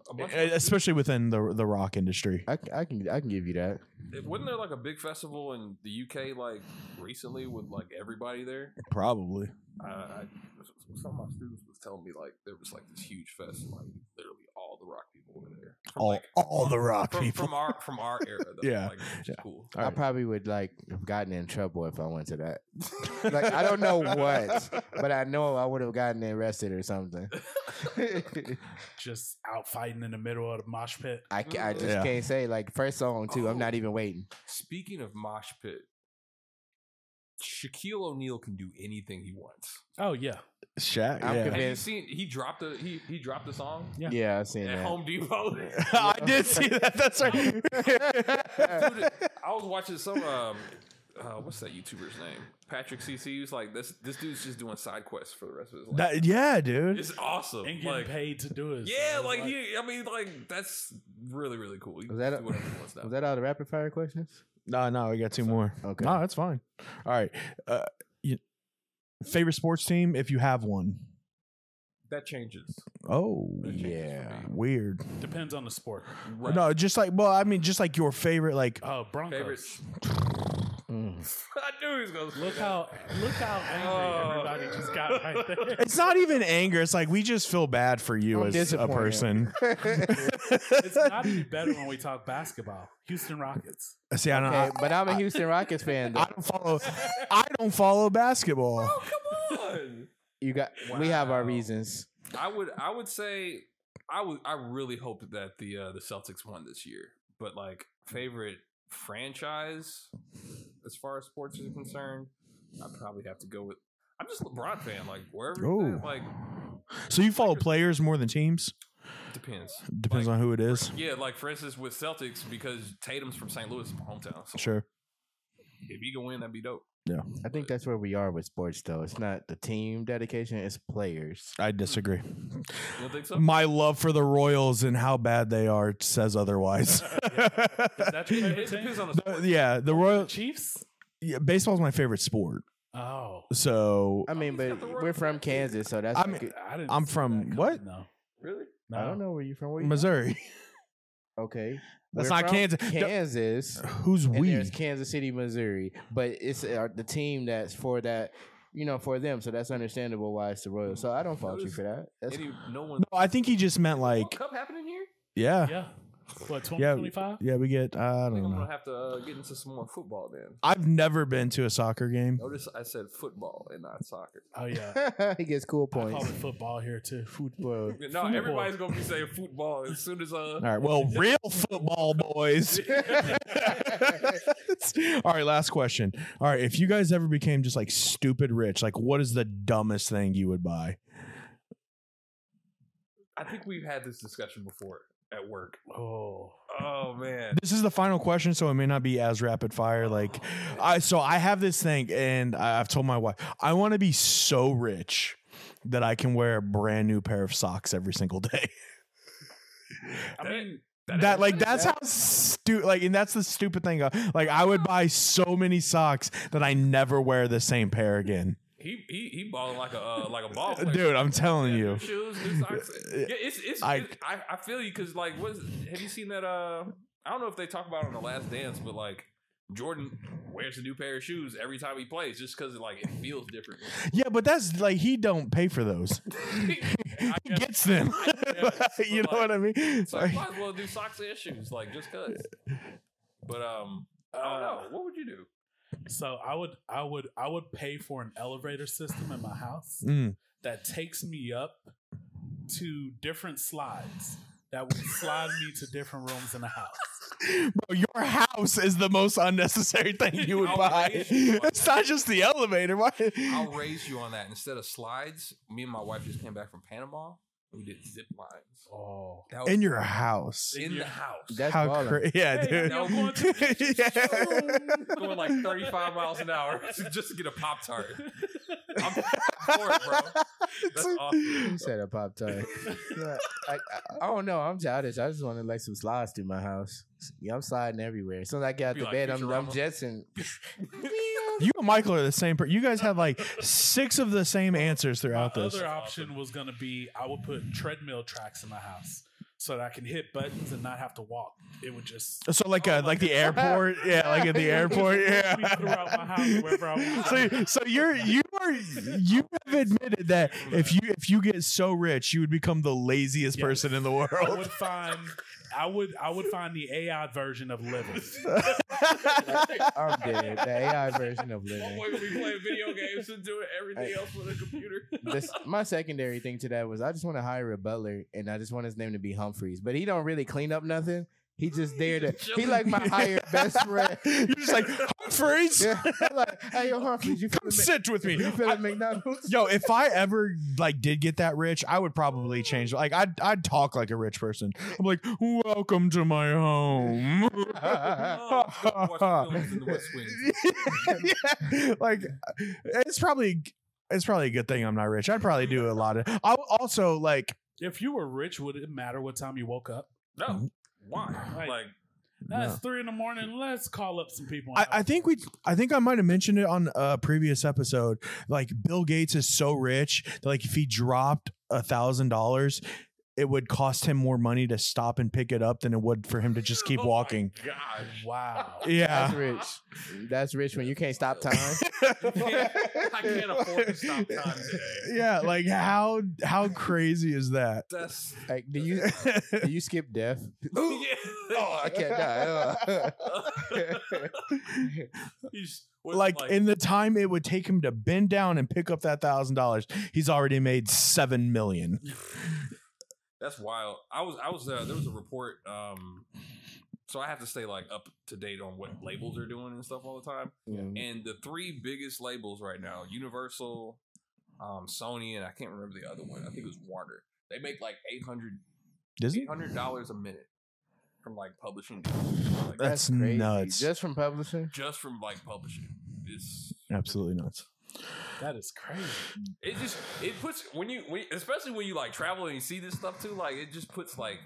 [SPEAKER 4] A bunch of-
[SPEAKER 1] especially within the the rock industry.
[SPEAKER 3] I, I can I can give you that.
[SPEAKER 4] wasn't there like a big festival in the UK like recently with like everybody there?
[SPEAKER 1] Probably.
[SPEAKER 4] I, I, some of my students was telling me like there was like this huge fest and like literally all the rock people were there. From,
[SPEAKER 1] All,
[SPEAKER 4] like,
[SPEAKER 1] all the rock
[SPEAKER 4] from,
[SPEAKER 1] people.
[SPEAKER 4] from our from our era though.
[SPEAKER 1] Yeah.
[SPEAKER 4] Like, which is cool.
[SPEAKER 1] All
[SPEAKER 3] I
[SPEAKER 1] right.
[SPEAKER 3] probably would like have gotten in trouble if I went to that. like I don't know what, but I know I would have gotten arrested or something.
[SPEAKER 2] Just out fighting in the middle of the mosh pit.
[SPEAKER 3] I, ca- I just
[SPEAKER 1] Yeah.
[SPEAKER 3] can't say like first song too. I'm not even waiting.
[SPEAKER 4] Speaking of mosh pit, Shaquille O'Neal can do anything he wants.
[SPEAKER 2] Oh yeah,
[SPEAKER 1] Shaq.
[SPEAKER 3] I'm
[SPEAKER 1] yeah.
[SPEAKER 3] convinced-
[SPEAKER 4] Have you
[SPEAKER 3] Yes.
[SPEAKER 4] seen? He dropped a he he dropped a song
[SPEAKER 2] Yeah.
[SPEAKER 3] Yeah, I've seen
[SPEAKER 4] at
[SPEAKER 3] that.
[SPEAKER 4] Home Depot.
[SPEAKER 1] I did see that. That's right.
[SPEAKER 4] I was watching some um. Uh, what's that YouTuber's name? Patrick CC. He was like, this this dude's just doing side quests for the rest of his life.
[SPEAKER 1] That- yeah, dude.
[SPEAKER 4] it's awesome.
[SPEAKER 2] and getting
[SPEAKER 4] Like,
[SPEAKER 2] paid to do it.
[SPEAKER 4] Yeah,
[SPEAKER 2] So,
[SPEAKER 4] like, he, I mean, like that's really really cool. You
[SPEAKER 3] Was
[SPEAKER 4] can
[SPEAKER 3] that a-
[SPEAKER 4] do whatever he wants now.
[SPEAKER 3] Was that all the rapid fire questions?
[SPEAKER 1] No, no, we got two more.
[SPEAKER 3] Okay.
[SPEAKER 1] No, that's fine. All right. Uh, you, favorite sports team, if you have one.
[SPEAKER 4] That changes.
[SPEAKER 1] Oh,
[SPEAKER 4] That changes
[SPEAKER 3] Yeah.
[SPEAKER 4] for me.
[SPEAKER 1] weird.
[SPEAKER 2] depends on the sport.
[SPEAKER 4] Right.
[SPEAKER 1] No, just like, well, I mean, just like your favorite, like,
[SPEAKER 2] Oh, Broncos.
[SPEAKER 4] favorites.
[SPEAKER 3] Mm.
[SPEAKER 4] I knew he was gonna say
[SPEAKER 2] Look
[SPEAKER 4] that.
[SPEAKER 2] how look how
[SPEAKER 4] Oh.
[SPEAKER 2] angry everybody just got right there.
[SPEAKER 1] it's not even anger. It's like we just feel bad for you
[SPEAKER 3] I'm
[SPEAKER 1] as a
[SPEAKER 3] disappointed.
[SPEAKER 1] person.
[SPEAKER 2] It's not any better when we talk basketball. Houston Rockets.
[SPEAKER 1] See, I don't,
[SPEAKER 3] Okay,
[SPEAKER 1] Uh-huh. I,
[SPEAKER 3] but I'm a Houston Rockets fan. Though.
[SPEAKER 1] I don't follow. I don't follow basketball.
[SPEAKER 4] Oh come on!
[SPEAKER 3] You got. We have our
[SPEAKER 4] Wow.
[SPEAKER 3] reasons.
[SPEAKER 4] I would I would say I would I really hoped that the uh, the Celtics won this year, but like favorite franchise as far as sports is concerned, I probably have to go with. I'm just a LeBron fan. Like wherever, he's at,
[SPEAKER 1] Ooh.
[SPEAKER 4] like
[SPEAKER 1] So you follow players more than teams?
[SPEAKER 4] depends.
[SPEAKER 1] Depends
[SPEAKER 4] Like-
[SPEAKER 1] on who it is.
[SPEAKER 4] Yeah, like for instance with Celtics because Tatum's from St. Louis, my hometown. So
[SPEAKER 1] Sure.
[SPEAKER 4] if he can win, that'd be dope.
[SPEAKER 3] I think that's where we are with sports, though. It's not the team dedication; it's players.
[SPEAKER 1] I disagree.
[SPEAKER 4] You don't think so?
[SPEAKER 1] My love for the Royals and how bad they are says otherwise.
[SPEAKER 2] That's your
[SPEAKER 4] It
[SPEAKER 2] favorite team?
[SPEAKER 4] depends on the
[SPEAKER 1] The- yeah, the Royals.
[SPEAKER 2] Chiefs?
[SPEAKER 1] Yeah, baseball's my favorite sport.
[SPEAKER 2] Oh.
[SPEAKER 1] So
[SPEAKER 3] I mean,
[SPEAKER 4] he's
[SPEAKER 3] but
[SPEAKER 4] got the
[SPEAKER 3] we're
[SPEAKER 4] Royals
[SPEAKER 3] from
[SPEAKER 4] back, too.
[SPEAKER 3] Kansas, so that's.
[SPEAKER 1] I mean-
[SPEAKER 3] good-
[SPEAKER 2] I didn't
[SPEAKER 1] I'm
[SPEAKER 2] see
[SPEAKER 1] from-
[SPEAKER 2] that
[SPEAKER 1] what?
[SPEAKER 2] coming,
[SPEAKER 4] Really?
[SPEAKER 2] though.
[SPEAKER 3] I don't know where you from. Where you from?
[SPEAKER 1] Missouri.
[SPEAKER 3] Okay,
[SPEAKER 1] That's
[SPEAKER 3] We're
[SPEAKER 1] not
[SPEAKER 3] from
[SPEAKER 1] Kansas. No-
[SPEAKER 3] Kansas.
[SPEAKER 1] Who's
[SPEAKER 3] and
[SPEAKER 1] we?
[SPEAKER 3] there's Kansas City, Missouri, but it's uh, the team that's for that, you know, for them. So that's understandable why it's the Royals. So I don't fault you for that. That's
[SPEAKER 4] Any, no one.
[SPEAKER 1] No, I think he just meant
[SPEAKER 4] World
[SPEAKER 1] like
[SPEAKER 4] Cup happening here?
[SPEAKER 1] yeah.
[SPEAKER 2] Yeah. What
[SPEAKER 1] Yeah.
[SPEAKER 2] 2025?
[SPEAKER 1] Yeah, we get. I
[SPEAKER 4] I think
[SPEAKER 1] don't
[SPEAKER 4] I'm
[SPEAKER 1] know.
[SPEAKER 4] gonna have to uh, get into some more football then.
[SPEAKER 1] I've never been to a soccer game.
[SPEAKER 4] Notice I said football and not soccer.
[SPEAKER 2] Oh yeah.
[SPEAKER 3] he gets cool
[SPEAKER 2] I call it
[SPEAKER 3] points.
[SPEAKER 2] football here too.
[SPEAKER 3] Well,
[SPEAKER 4] No, everybody's gonna be saying football as soon as uh.
[SPEAKER 1] All right. Well, real football boys. All right, last question. All right, if you guys ever became just like stupid rich, like what is the dumbest thing you would buy?
[SPEAKER 4] I think we've had this discussion before at work.
[SPEAKER 2] Oh.
[SPEAKER 4] Oh man,
[SPEAKER 1] This is the final question, so it may not be as rapid fire. Like, I so I have this thing, and I, I've told my wife I want to be so rich that I can wear a brand new pair of socks every single day.
[SPEAKER 2] I mean,
[SPEAKER 1] That, like that's how stupid. Like, and that's the stupid thing. uh, Like, I would buy so many socks that I never wear the same pair again.
[SPEAKER 4] he he he balling like a uh, like a ball player.
[SPEAKER 1] Dude, I'm telling
[SPEAKER 4] Yeah,
[SPEAKER 1] you.
[SPEAKER 4] new shoes, new socks. Yeah, it's it's.
[SPEAKER 1] I-
[SPEAKER 4] I I, I feel you because like, what is, have you seen that? Uh, I don't know if they talk about it on the Last Dance, but like. Jordan wears a new pair of shoes every time he plays, just because like it feels different.
[SPEAKER 1] Yeah, but that's like he don't pay for those.
[SPEAKER 4] I
[SPEAKER 1] He
[SPEAKER 4] guess
[SPEAKER 1] gets them.
[SPEAKER 4] guess,
[SPEAKER 1] you know
[SPEAKER 4] but
[SPEAKER 1] what I mean?
[SPEAKER 4] so I
[SPEAKER 1] Like,
[SPEAKER 4] might as well do socks and shoes, like just cause. But um, I don't know. What would you do?
[SPEAKER 2] so I would, I would, I would pay for an elevator system in my house
[SPEAKER 1] mm.
[SPEAKER 2] that takes me up to different slides that would slide me to different rooms in the house.
[SPEAKER 1] Bro, your house is the most unnecessary thing you would
[SPEAKER 4] I'll
[SPEAKER 1] buy.
[SPEAKER 4] raise you on
[SPEAKER 1] It's not just the elevator. Why?
[SPEAKER 4] I'll raise you on that. Instead of slides, me and my wife just came back from Panama. We did zip lines.
[SPEAKER 2] Oh,
[SPEAKER 4] That was
[SPEAKER 1] In your house.
[SPEAKER 4] in
[SPEAKER 2] Yeah.
[SPEAKER 4] the house.
[SPEAKER 3] that's
[SPEAKER 1] How
[SPEAKER 3] baller.
[SPEAKER 1] cra- yeah,
[SPEAKER 2] Hey,
[SPEAKER 1] dude.
[SPEAKER 4] now I'm
[SPEAKER 2] going to
[SPEAKER 1] Yeah.
[SPEAKER 4] going like 35 miles an hour just to get a pop tart. I'm for it, bro. That's awesome.
[SPEAKER 3] He said a pop tart. I, I, I don't know. I'm childish. I just want to let some slides through my house. Yeah, I'm sliding everywhere. As soon as I get out
[SPEAKER 4] Be
[SPEAKER 3] the
[SPEAKER 4] like
[SPEAKER 3] bed, I'm, I'm
[SPEAKER 4] Futurama.
[SPEAKER 3] Jetson.
[SPEAKER 1] You and Michael are the same. Per- you guys had like six of the same answers throughout
[SPEAKER 2] my
[SPEAKER 1] this.
[SPEAKER 2] other option was going to be I would put treadmill tracks in my house so that I can hit buttons and not have to walk. It would just
[SPEAKER 1] So like uh, like the airport, yeah, like at the airport, yeah.
[SPEAKER 2] me throughout my house wherever I want.
[SPEAKER 1] so so you're you are you have admitted that if you if you get so rich, you would become the laziest
[SPEAKER 2] Yes.
[SPEAKER 1] person in the
[SPEAKER 2] I
[SPEAKER 1] world.
[SPEAKER 2] would find I would I would find the AI version of living.
[SPEAKER 3] I'm dead. The AI version of
[SPEAKER 4] My
[SPEAKER 3] living.
[SPEAKER 4] boy would be playing video games and doing everything
[SPEAKER 3] Hey.
[SPEAKER 4] else with a computer.
[SPEAKER 3] This, my secondary thing to that was I just want to hire a butler and I just want his name to be Humphreys, but he don't really clean up nothing. He just there to. He like my hired best friend.
[SPEAKER 1] You're just like Humphreys,
[SPEAKER 3] Yeah, I'm like, hey, yo, Humphreys, you
[SPEAKER 1] come
[SPEAKER 3] feeling, Mc-
[SPEAKER 1] sit with me.
[SPEAKER 3] you feeling
[SPEAKER 1] I-
[SPEAKER 3] McDonald's?
[SPEAKER 1] Yo, if I ever like did get that rich, I would probably change. Like I'd I'd talk like a rich person. I'm like, welcome to my home.
[SPEAKER 4] Oh, watch films in the West Wing.
[SPEAKER 1] yeah, like it's probably it's probably a good thing I'm not rich. I'd probably do a lot of. I also like
[SPEAKER 2] If you were rich, would it matter what time you woke up?
[SPEAKER 4] No. Why?
[SPEAKER 2] Right.
[SPEAKER 4] Like,
[SPEAKER 2] That's three in the morning. Let's call up some people.
[SPEAKER 1] I, I think we I think I might have mentioned it on a previous episode. Like Bill Gates is so rich that like if he dropped a thousand dollars, it would cost him more money to stop and pick it up than it would for him to just keep
[SPEAKER 4] oh my
[SPEAKER 1] walking.
[SPEAKER 4] Gosh.
[SPEAKER 2] Wow.
[SPEAKER 3] That's
[SPEAKER 1] Yeah.
[SPEAKER 3] rich. That's rich when you can't stop time.
[SPEAKER 4] I can't afford to stop time today.
[SPEAKER 1] Yeah, like how how crazy is that?
[SPEAKER 4] That's.
[SPEAKER 3] Like, do you do you skip death?
[SPEAKER 4] yeah.
[SPEAKER 3] Oh, I can't die. uh.
[SPEAKER 4] He's-
[SPEAKER 1] like in the time it would take him to bend down and pick up that thousand dollars, he's already made seven million.
[SPEAKER 4] That's wild. I was I was uh, there was a report. Um, so I have to stay like up to date on what labels are doing and stuff all the time.
[SPEAKER 3] Mm.
[SPEAKER 4] And the three biggest labels right now: Universal, um, Sony, and I can't remember the other one. I think it was Warner. They make like 800
[SPEAKER 1] Disney?
[SPEAKER 4] dollars a minute from like publishing, like,
[SPEAKER 1] That's nuts.
[SPEAKER 3] Just from publishing.
[SPEAKER 4] just from like publishing. It's
[SPEAKER 1] Absolutely nuts.
[SPEAKER 2] That is crazy.
[SPEAKER 4] it just it puts when you when, especially when you like travel and you see this stuff too. Like it just puts like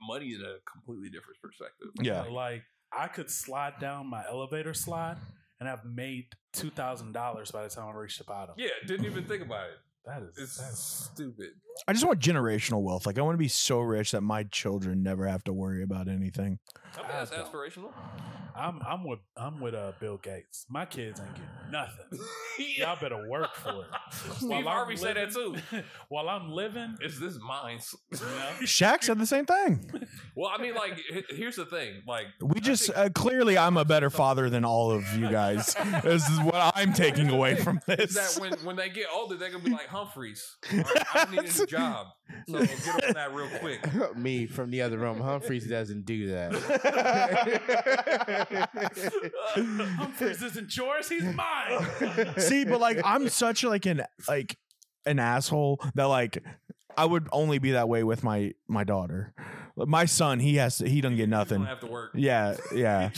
[SPEAKER 4] money in a completely different perspective.
[SPEAKER 1] Yeah.
[SPEAKER 2] Like I could slide down my elevator slide and I've made two thousand dollars by the time I reached the bottom.
[SPEAKER 4] Yeah, didn't even think about it.
[SPEAKER 2] That is
[SPEAKER 4] It's
[SPEAKER 2] that's
[SPEAKER 4] stupid.
[SPEAKER 1] I just want generational wealth. Like I want to be so rich that my children never have to worry about anything.
[SPEAKER 4] I mean, that's aspirational.
[SPEAKER 2] I'm I'm with I'm with uh, Bill Gates. My kids ain't getting nothing. Y'all better work for it.
[SPEAKER 4] Steve
[SPEAKER 2] I'm
[SPEAKER 4] Harvey said that too.
[SPEAKER 2] living- While I'm living,
[SPEAKER 4] Is this mine?
[SPEAKER 2] you know,
[SPEAKER 1] Shaq said the same thing.
[SPEAKER 4] Well, I mean, like, h- here's the thing. Like,
[SPEAKER 1] We just uh, clearly I'm a better father than all of you guys. this is what I'm taking away from
[SPEAKER 4] is that
[SPEAKER 1] this.
[SPEAKER 4] when when they get older, they're gonna be like Humphreys. All right, I need a new job, so get on that real quick.
[SPEAKER 3] Me from the other room. Humphreys doesn't do that.
[SPEAKER 2] Humphreys isn't yours. He's mine.
[SPEAKER 1] See, but like I'm such like an like an asshole that like I would only be that way with my my daughter. My son, he has to, he doesn't get
[SPEAKER 4] You
[SPEAKER 1] nothing.
[SPEAKER 4] don't have to work.
[SPEAKER 1] Yeah, yeah.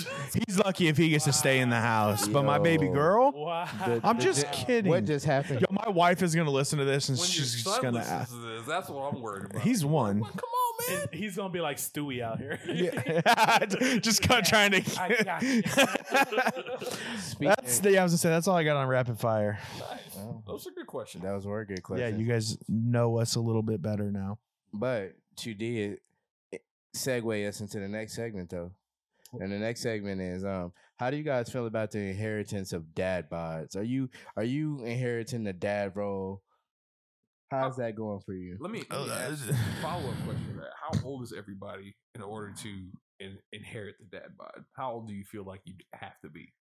[SPEAKER 1] He's lucky if he gets to stay in the house. But my baby
[SPEAKER 3] Yo.
[SPEAKER 1] girl,
[SPEAKER 2] wow.
[SPEAKER 3] The-
[SPEAKER 1] I'm
[SPEAKER 3] the-
[SPEAKER 1] just
[SPEAKER 3] the-
[SPEAKER 1] kidding.
[SPEAKER 3] What just happened?
[SPEAKER 1] Yo, my wife is gonna listen to this and
[SPEAKER 4] When your
[SPEAKER 1] she's just
[SPEAKER 4] son
[SPEAKER 1] gonna
[SPEAKER 4] listens
[SPEAKER 1] ask.
[SPEAKER 4] to this, that's what I'm worried about.
[SPEAKER 1] He's one.
[SPEAKER 4] Well, come on, man.
[SPEAKER 2] And he's gonna be like Stewie out here.
[SPEAKER 1] Yeah. just kind of trying
[SPEAKER 2] I got you.
[SPEAKER 1] to.
[SPEAKER 3] Speaking-
[SPEAKER 1] that's the I was gonna say. That's all I got on rapid fire.
[SPEAKER 4] Nice.
[SPEAKER 3] Oh,
[SPEAKER 4] Those are good questions.
[SPEAKER 3] that was a good
[SPEAKER 1] Yeah,
[SPEAKER 3] question.
[SPEAKER 1] you guys know us a little bit better now.
[SPEAKER 3] But you did eh, segue us into the next segment, though. And the next segment is um, how do you guys feel about the inheritance of dad bods? Are you are you inheriting the dad role? How's that going for you?
[SPEAKER 4] Let me, let me ask follow up question to that. How old is everybody in order to in, inherit the dad bod? How old do you feel like you have to be?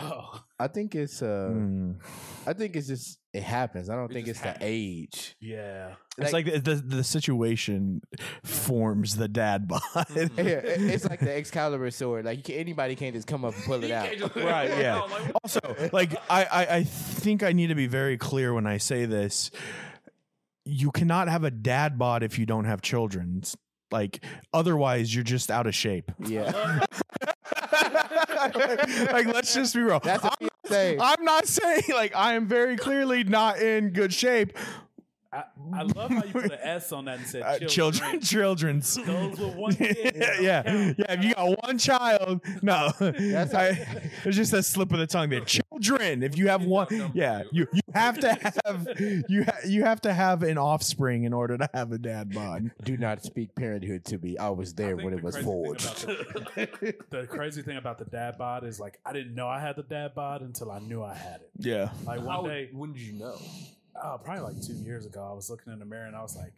[SPEAKER 2] oh,
[SPEAKER 3] I think it's uh,
[SPEAKER 1] Mm.
[SPEAKER 3] I think it's just it happens. I don't
[SPEAKER 4] It
[SPEAKER 3] think it's
[SPEAKER 4] just
[SPEAKER 3] the age.
[SPEAKER 2] yeah.
[SPEAKER 1] It's like, the, the the situation forms the dad bod.
[SPEAKER 4] Mhm.
[SPEAKER 3] Mm-hmm. Yeah, it- it's like the Excalibur sword. Like you can, anybody can't just come up and pull it
[SPEAKER 4] You
[SPEAKER 3] out.
[SPEAKER 4] can't just-
[SPEAKER 1] Right, yeah.
[SPEAKER 4] No, like,
[SPEAKER 1] also like I, I i think i need to be very clear when i say this you cannot have a dad bod if you don't have children It's like otherwise you're just out of shape Uh,
[SPEAKER 3] Yeah,
[SPEAKER 1] like let's just be real
[SPEAKER 3] that's what
[SPEAKER 1] I'm,
[SPEAKER 3] you say.
[SPEAKER 1] I'm not saying like i am very clearly not in good shape
[SPEAKER 2] I, I love how you put an S on that and said
[SPEAKER 1] Uh, children children's
[SPEAKER 2] Those with one
[SPEAKER 1] yeah,
[SPEAKER 2] kid.
[SPEAKER 1] yeah, yeah. If you got one child, no,
[SPEAKER 3] That's-
[SPEAKER 1] I, it's just a slip of the tongue. There, children. If you have one, yeah, you you have to have you ha- you have to have an offspring in order to have a dad bod.
[SPEAKER 3] Do not speak parenthood to me. I was
[SPEAKER 4] I
[SPEAKER 3] there
[SPEAKER 4] think
[SPEAKER 3] when
[SPEAKER 4] the
[SPEAKER 3] it was
[SPEAKER 4] crazy thing about
[SPEAKER 3] forged.
[SPEAKER 4] the-
[SPEAKER 2] the crazy thing about the dad bod is like I didn't know I had the dad bod until I knew I had it.
[SPEAKER 1] Yeah,
[SPEAKER 2] Like
[SPEAKER 4] How,
[SPEAKER 2] one day,
[SPEAKER 4] when did you know?
[SPEAKER 2] oh, probably like two years ago, I was looking in the mirror and I was like,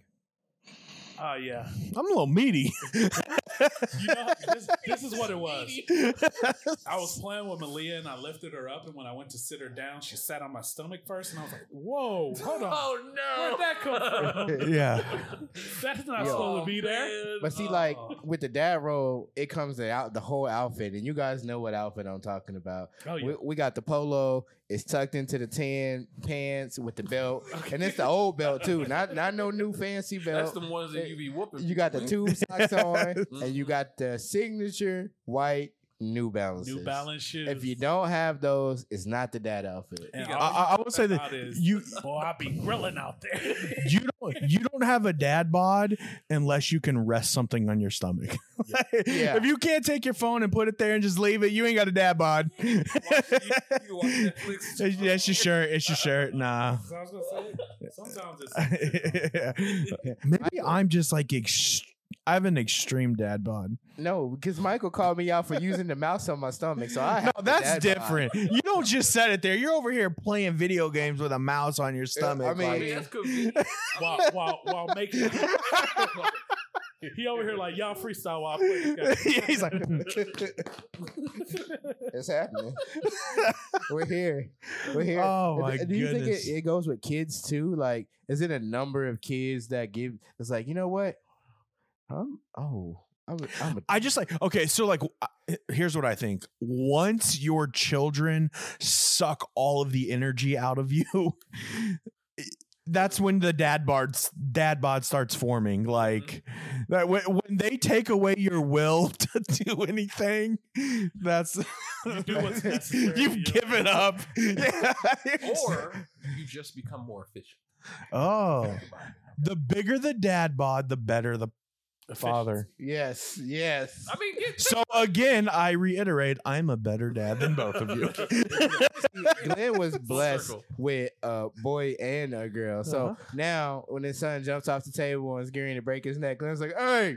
[SPEAKER 2] "Oh yeah,
[SPEAKER 1] I'm a little meaty.
[SPEAKER 2] you know, this, this is what it was." I was playing with Malia and I lifted her up, and when I went to sit her down, she sat on my stomach first, and I was like, "Whoa, hold on,
[SPEAKER 4] Oh no!
[SPEAKER 2] where'd that come from?
[SPEAKER 1] yeah,
[SPEAKER 2] That's not
[SPEAKER 3] Yo.
[SPEAKER 2] supposed to be there."
[SPEAKER 4] man.
[SPEAKER 3] But see, like
[SPEAKER 2] Oh.
[SPEAKER 3] with the dad role, it comes the out the whole outfit, and you guys know what outfit I'm talking about.
[SPEAKER 2] Oh yeah,
[SPEAKER 3] We, we got the polo; it's tucked into the tan pants with the belt, and it's the old belt too, not not no new fancy
[SPEAKER 4] that's
[SPEAKER 3] belt.
[SPEAKER 4] the ones that you be whooping.
[SPEAKER 3] you got the
[SPEAKER 4] people
[SPEAKER 3] tube socks on, and you got the signature white New Balance.
[SPEAKER 2] New Balance shoes.
[SPEAKER 3] If you don't have those, it's not the dad outfit.
[SPEAKER 2] And
[SPEAKER 4] You
[SPEAKER 1] I,
[SPEAKER 4] got-
[SPEAKER 2] all
[SPEAKER 1] I, I will say
[SPEAKER 2] about
[SPEAKER 1] that
[SPEAKER 2] is-
[SPEAKER 1] you
[SPEAKER 2] boy, I be grilling out there.
[SPEAKER 1] you don't you don't have a dad bod unless you can rest something on your stomach.
[SPEAKER 3] Yeah.
[SPEAKER 1] If you can't take your phone and put it there and just leave it, you ain't got a dad bod.
[SPEAKER 4] watch- you- you watch Netflix.
[SPEAKER 1] It's- That's your shirt. It's your shirt. Nah.
[SPEAKER 2] So I was gonna say, sometimes it's
[SPEAKER 1] Maybe I'm just like ex- I have an extreme dad bod.
[SPEAKER 3] No, because Michael called me out for using the mouse on my stomach, so I have
[SPEAKER 1] No,
[SPEAKER 3] the
[SPEAKER 1] that's
[SPEAKER 3] dad bod.
[SPEAKER 1] different. You don't just set it there. You're over here pning video games with a mouse on your stomach.
[SPEAKER 3] I mean-
[SPEAKER 4] I
[SPEAKER 1] like-
[SPEAKER 4] mean, that's convenient.
[SPEAKER 2] while while while making. he over here like y'all freestyle while I play. this game."
[SPEAKER 1] he's like,
[SPEAKER 3] It's happening. We're here. We're here.
[SPEAKER 1] Oh,
[SPEAKER 3] And-
[SPEAKER 1] my
[SPEAKER 3] and Do you
[SPEAKER 1] goodness.
[SPEAKER 3] think it, it goes with kids too? Like, is it a number of kids that give? It's like, you know what? I'm oh, I'm. a- I'm a,
[SPEAKER 1] I just like okay. So like, I- here's what I think. Once your children suck all of the energy out of you, that's when the dad bod dad bod starts forming. Like
[SPEAKER 2] Mm-hmm.
[SPEAKER 1] that when, when they take away your will to do anything, that's
[SPEAKER 2] You do what's necessary,
[SPEAKER 1] You've
[SPEAKER 2] you know?
[SPEAKER 1] given up. Yeah.
[SPEAKER 4] or you just become more efficient.
[SPEAKER 1] oh,
[SPEAKER 4] Think about it.
[SPEAKER 1] the bigger the dad bod, the better the father.
[SPEAKER 3] Yes, yes.
[SPEAKER 4] I mean, get
[SPEAKER 1] So again, I reiterate, I'm a better dad than both of you.
[SPEAKER 3] Glenn was blessed
[SPEAKER 4] circle.
[SPEAKER 3] with a boy and a girl. So
[SPEAKER 1] Uh-huh.
[SPEAKER 3] now when his son jumps off the table and is gearing to break his neck, Glenn's like, hey,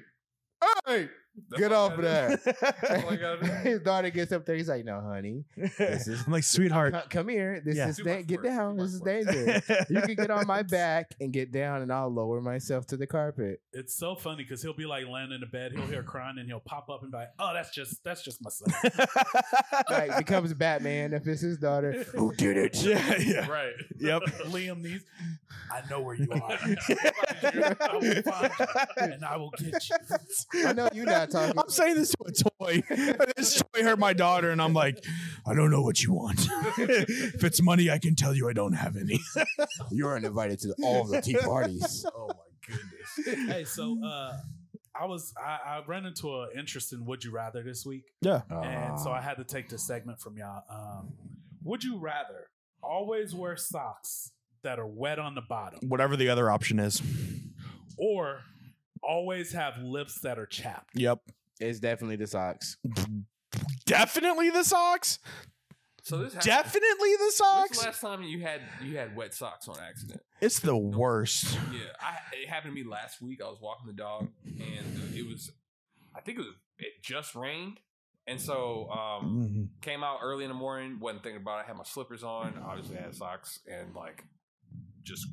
[SPEAKER 3] hey,
[SPEAKER 4] that's
[SPEAKER 3] get
[SPEAKER 4] all I
[SPEAKER 3] off of
[SPEAKER 4] gotta
[SPEAKER 3] that.
[SPEAKER 4] That's all I gotta do.
[SPEAKER 3] his daughter gets up there. He's like, no, honey,
[SPEAKER 1] I'm like, sweetheart.
[SPEAKER 3] co- come here. This
[SPEAKER 1] Yeah.
[SPEAKER 3] is
[SPEAKER 4] Too
[SPEAKER 3] da-
[SPEAKER 4] much
[SPEAKER 3] get
[SPEAKER 4] work, too
[SPEAKER 3] down. This
[SPEAKER 4] much
[SPEAKER 3] is
[SPEAKER 4] work."
[SPEAKER 3] dangerous. You can get on my back and get down, and I'll lower myself to the carpet.
[SPEAKER 2] It's so funny because he'll be like laying in the bed, he'll hear crying, and he'll pop up and be like, "Oh, that's just that's just my son."
[SPEAKER 3] Like becomes Batman if it's his daughter. Who did it?
[SPEAKER 1] yeah, yeah.
[SPEAKER 4] Right.
[SPEAKER 1] Yep.
[SPEAKER 2] Liam Neeson, I know where you are. I will find you, and I will get you.
[SPEAKER 3] I know you're not talking.
[SPEAKER 1] I'm saying this to a toy. This toy hurt my daughter, and I'm like, I don't know what you want. if it's money, I can tell you I don't have any.
[SPEAKER 3] You're uninvited to all the tea parties.
[SPEAKER 4] Oh my goodness.
[SPEAKER 2] Hey, so uh, I was I, I ran into an interest in Would You Rather this week,
[SPEAKER 3] Ah.
[SPEAKER 2] and so I had to take this segment from y'all. Um, would you rather always wear socks that are wet on the bottom,
[SPEAKER 1] Whatever the other option is.
[SPEAKER 2] or always have lips that are chapped?
[SPEAKER 1] Yep.
[SPEAKER 3] it's definitely the socks.
[SPEAKER 1] Definitely the socks.
[SPEAKER 4] So this happened.
[SPEAKER 1] Definitely the
[SPEAKER 4] When's the
[SPEAKER 1] socks.
[SPEAKER 4] last time you had you had wet socks on accident?
[SPEAKER 1] It's the worst.
[SPEAKER 4] Yeah, I, it happened to me last week. I was walking the dog, and it was, I think it was, it just rained, and so um,
[SPEAKER 1] Mhm.
[SPEAKER 4] came out early in the morning. wasn't thinking about it. I had my slippers on. Obviously, I had socks, and like just.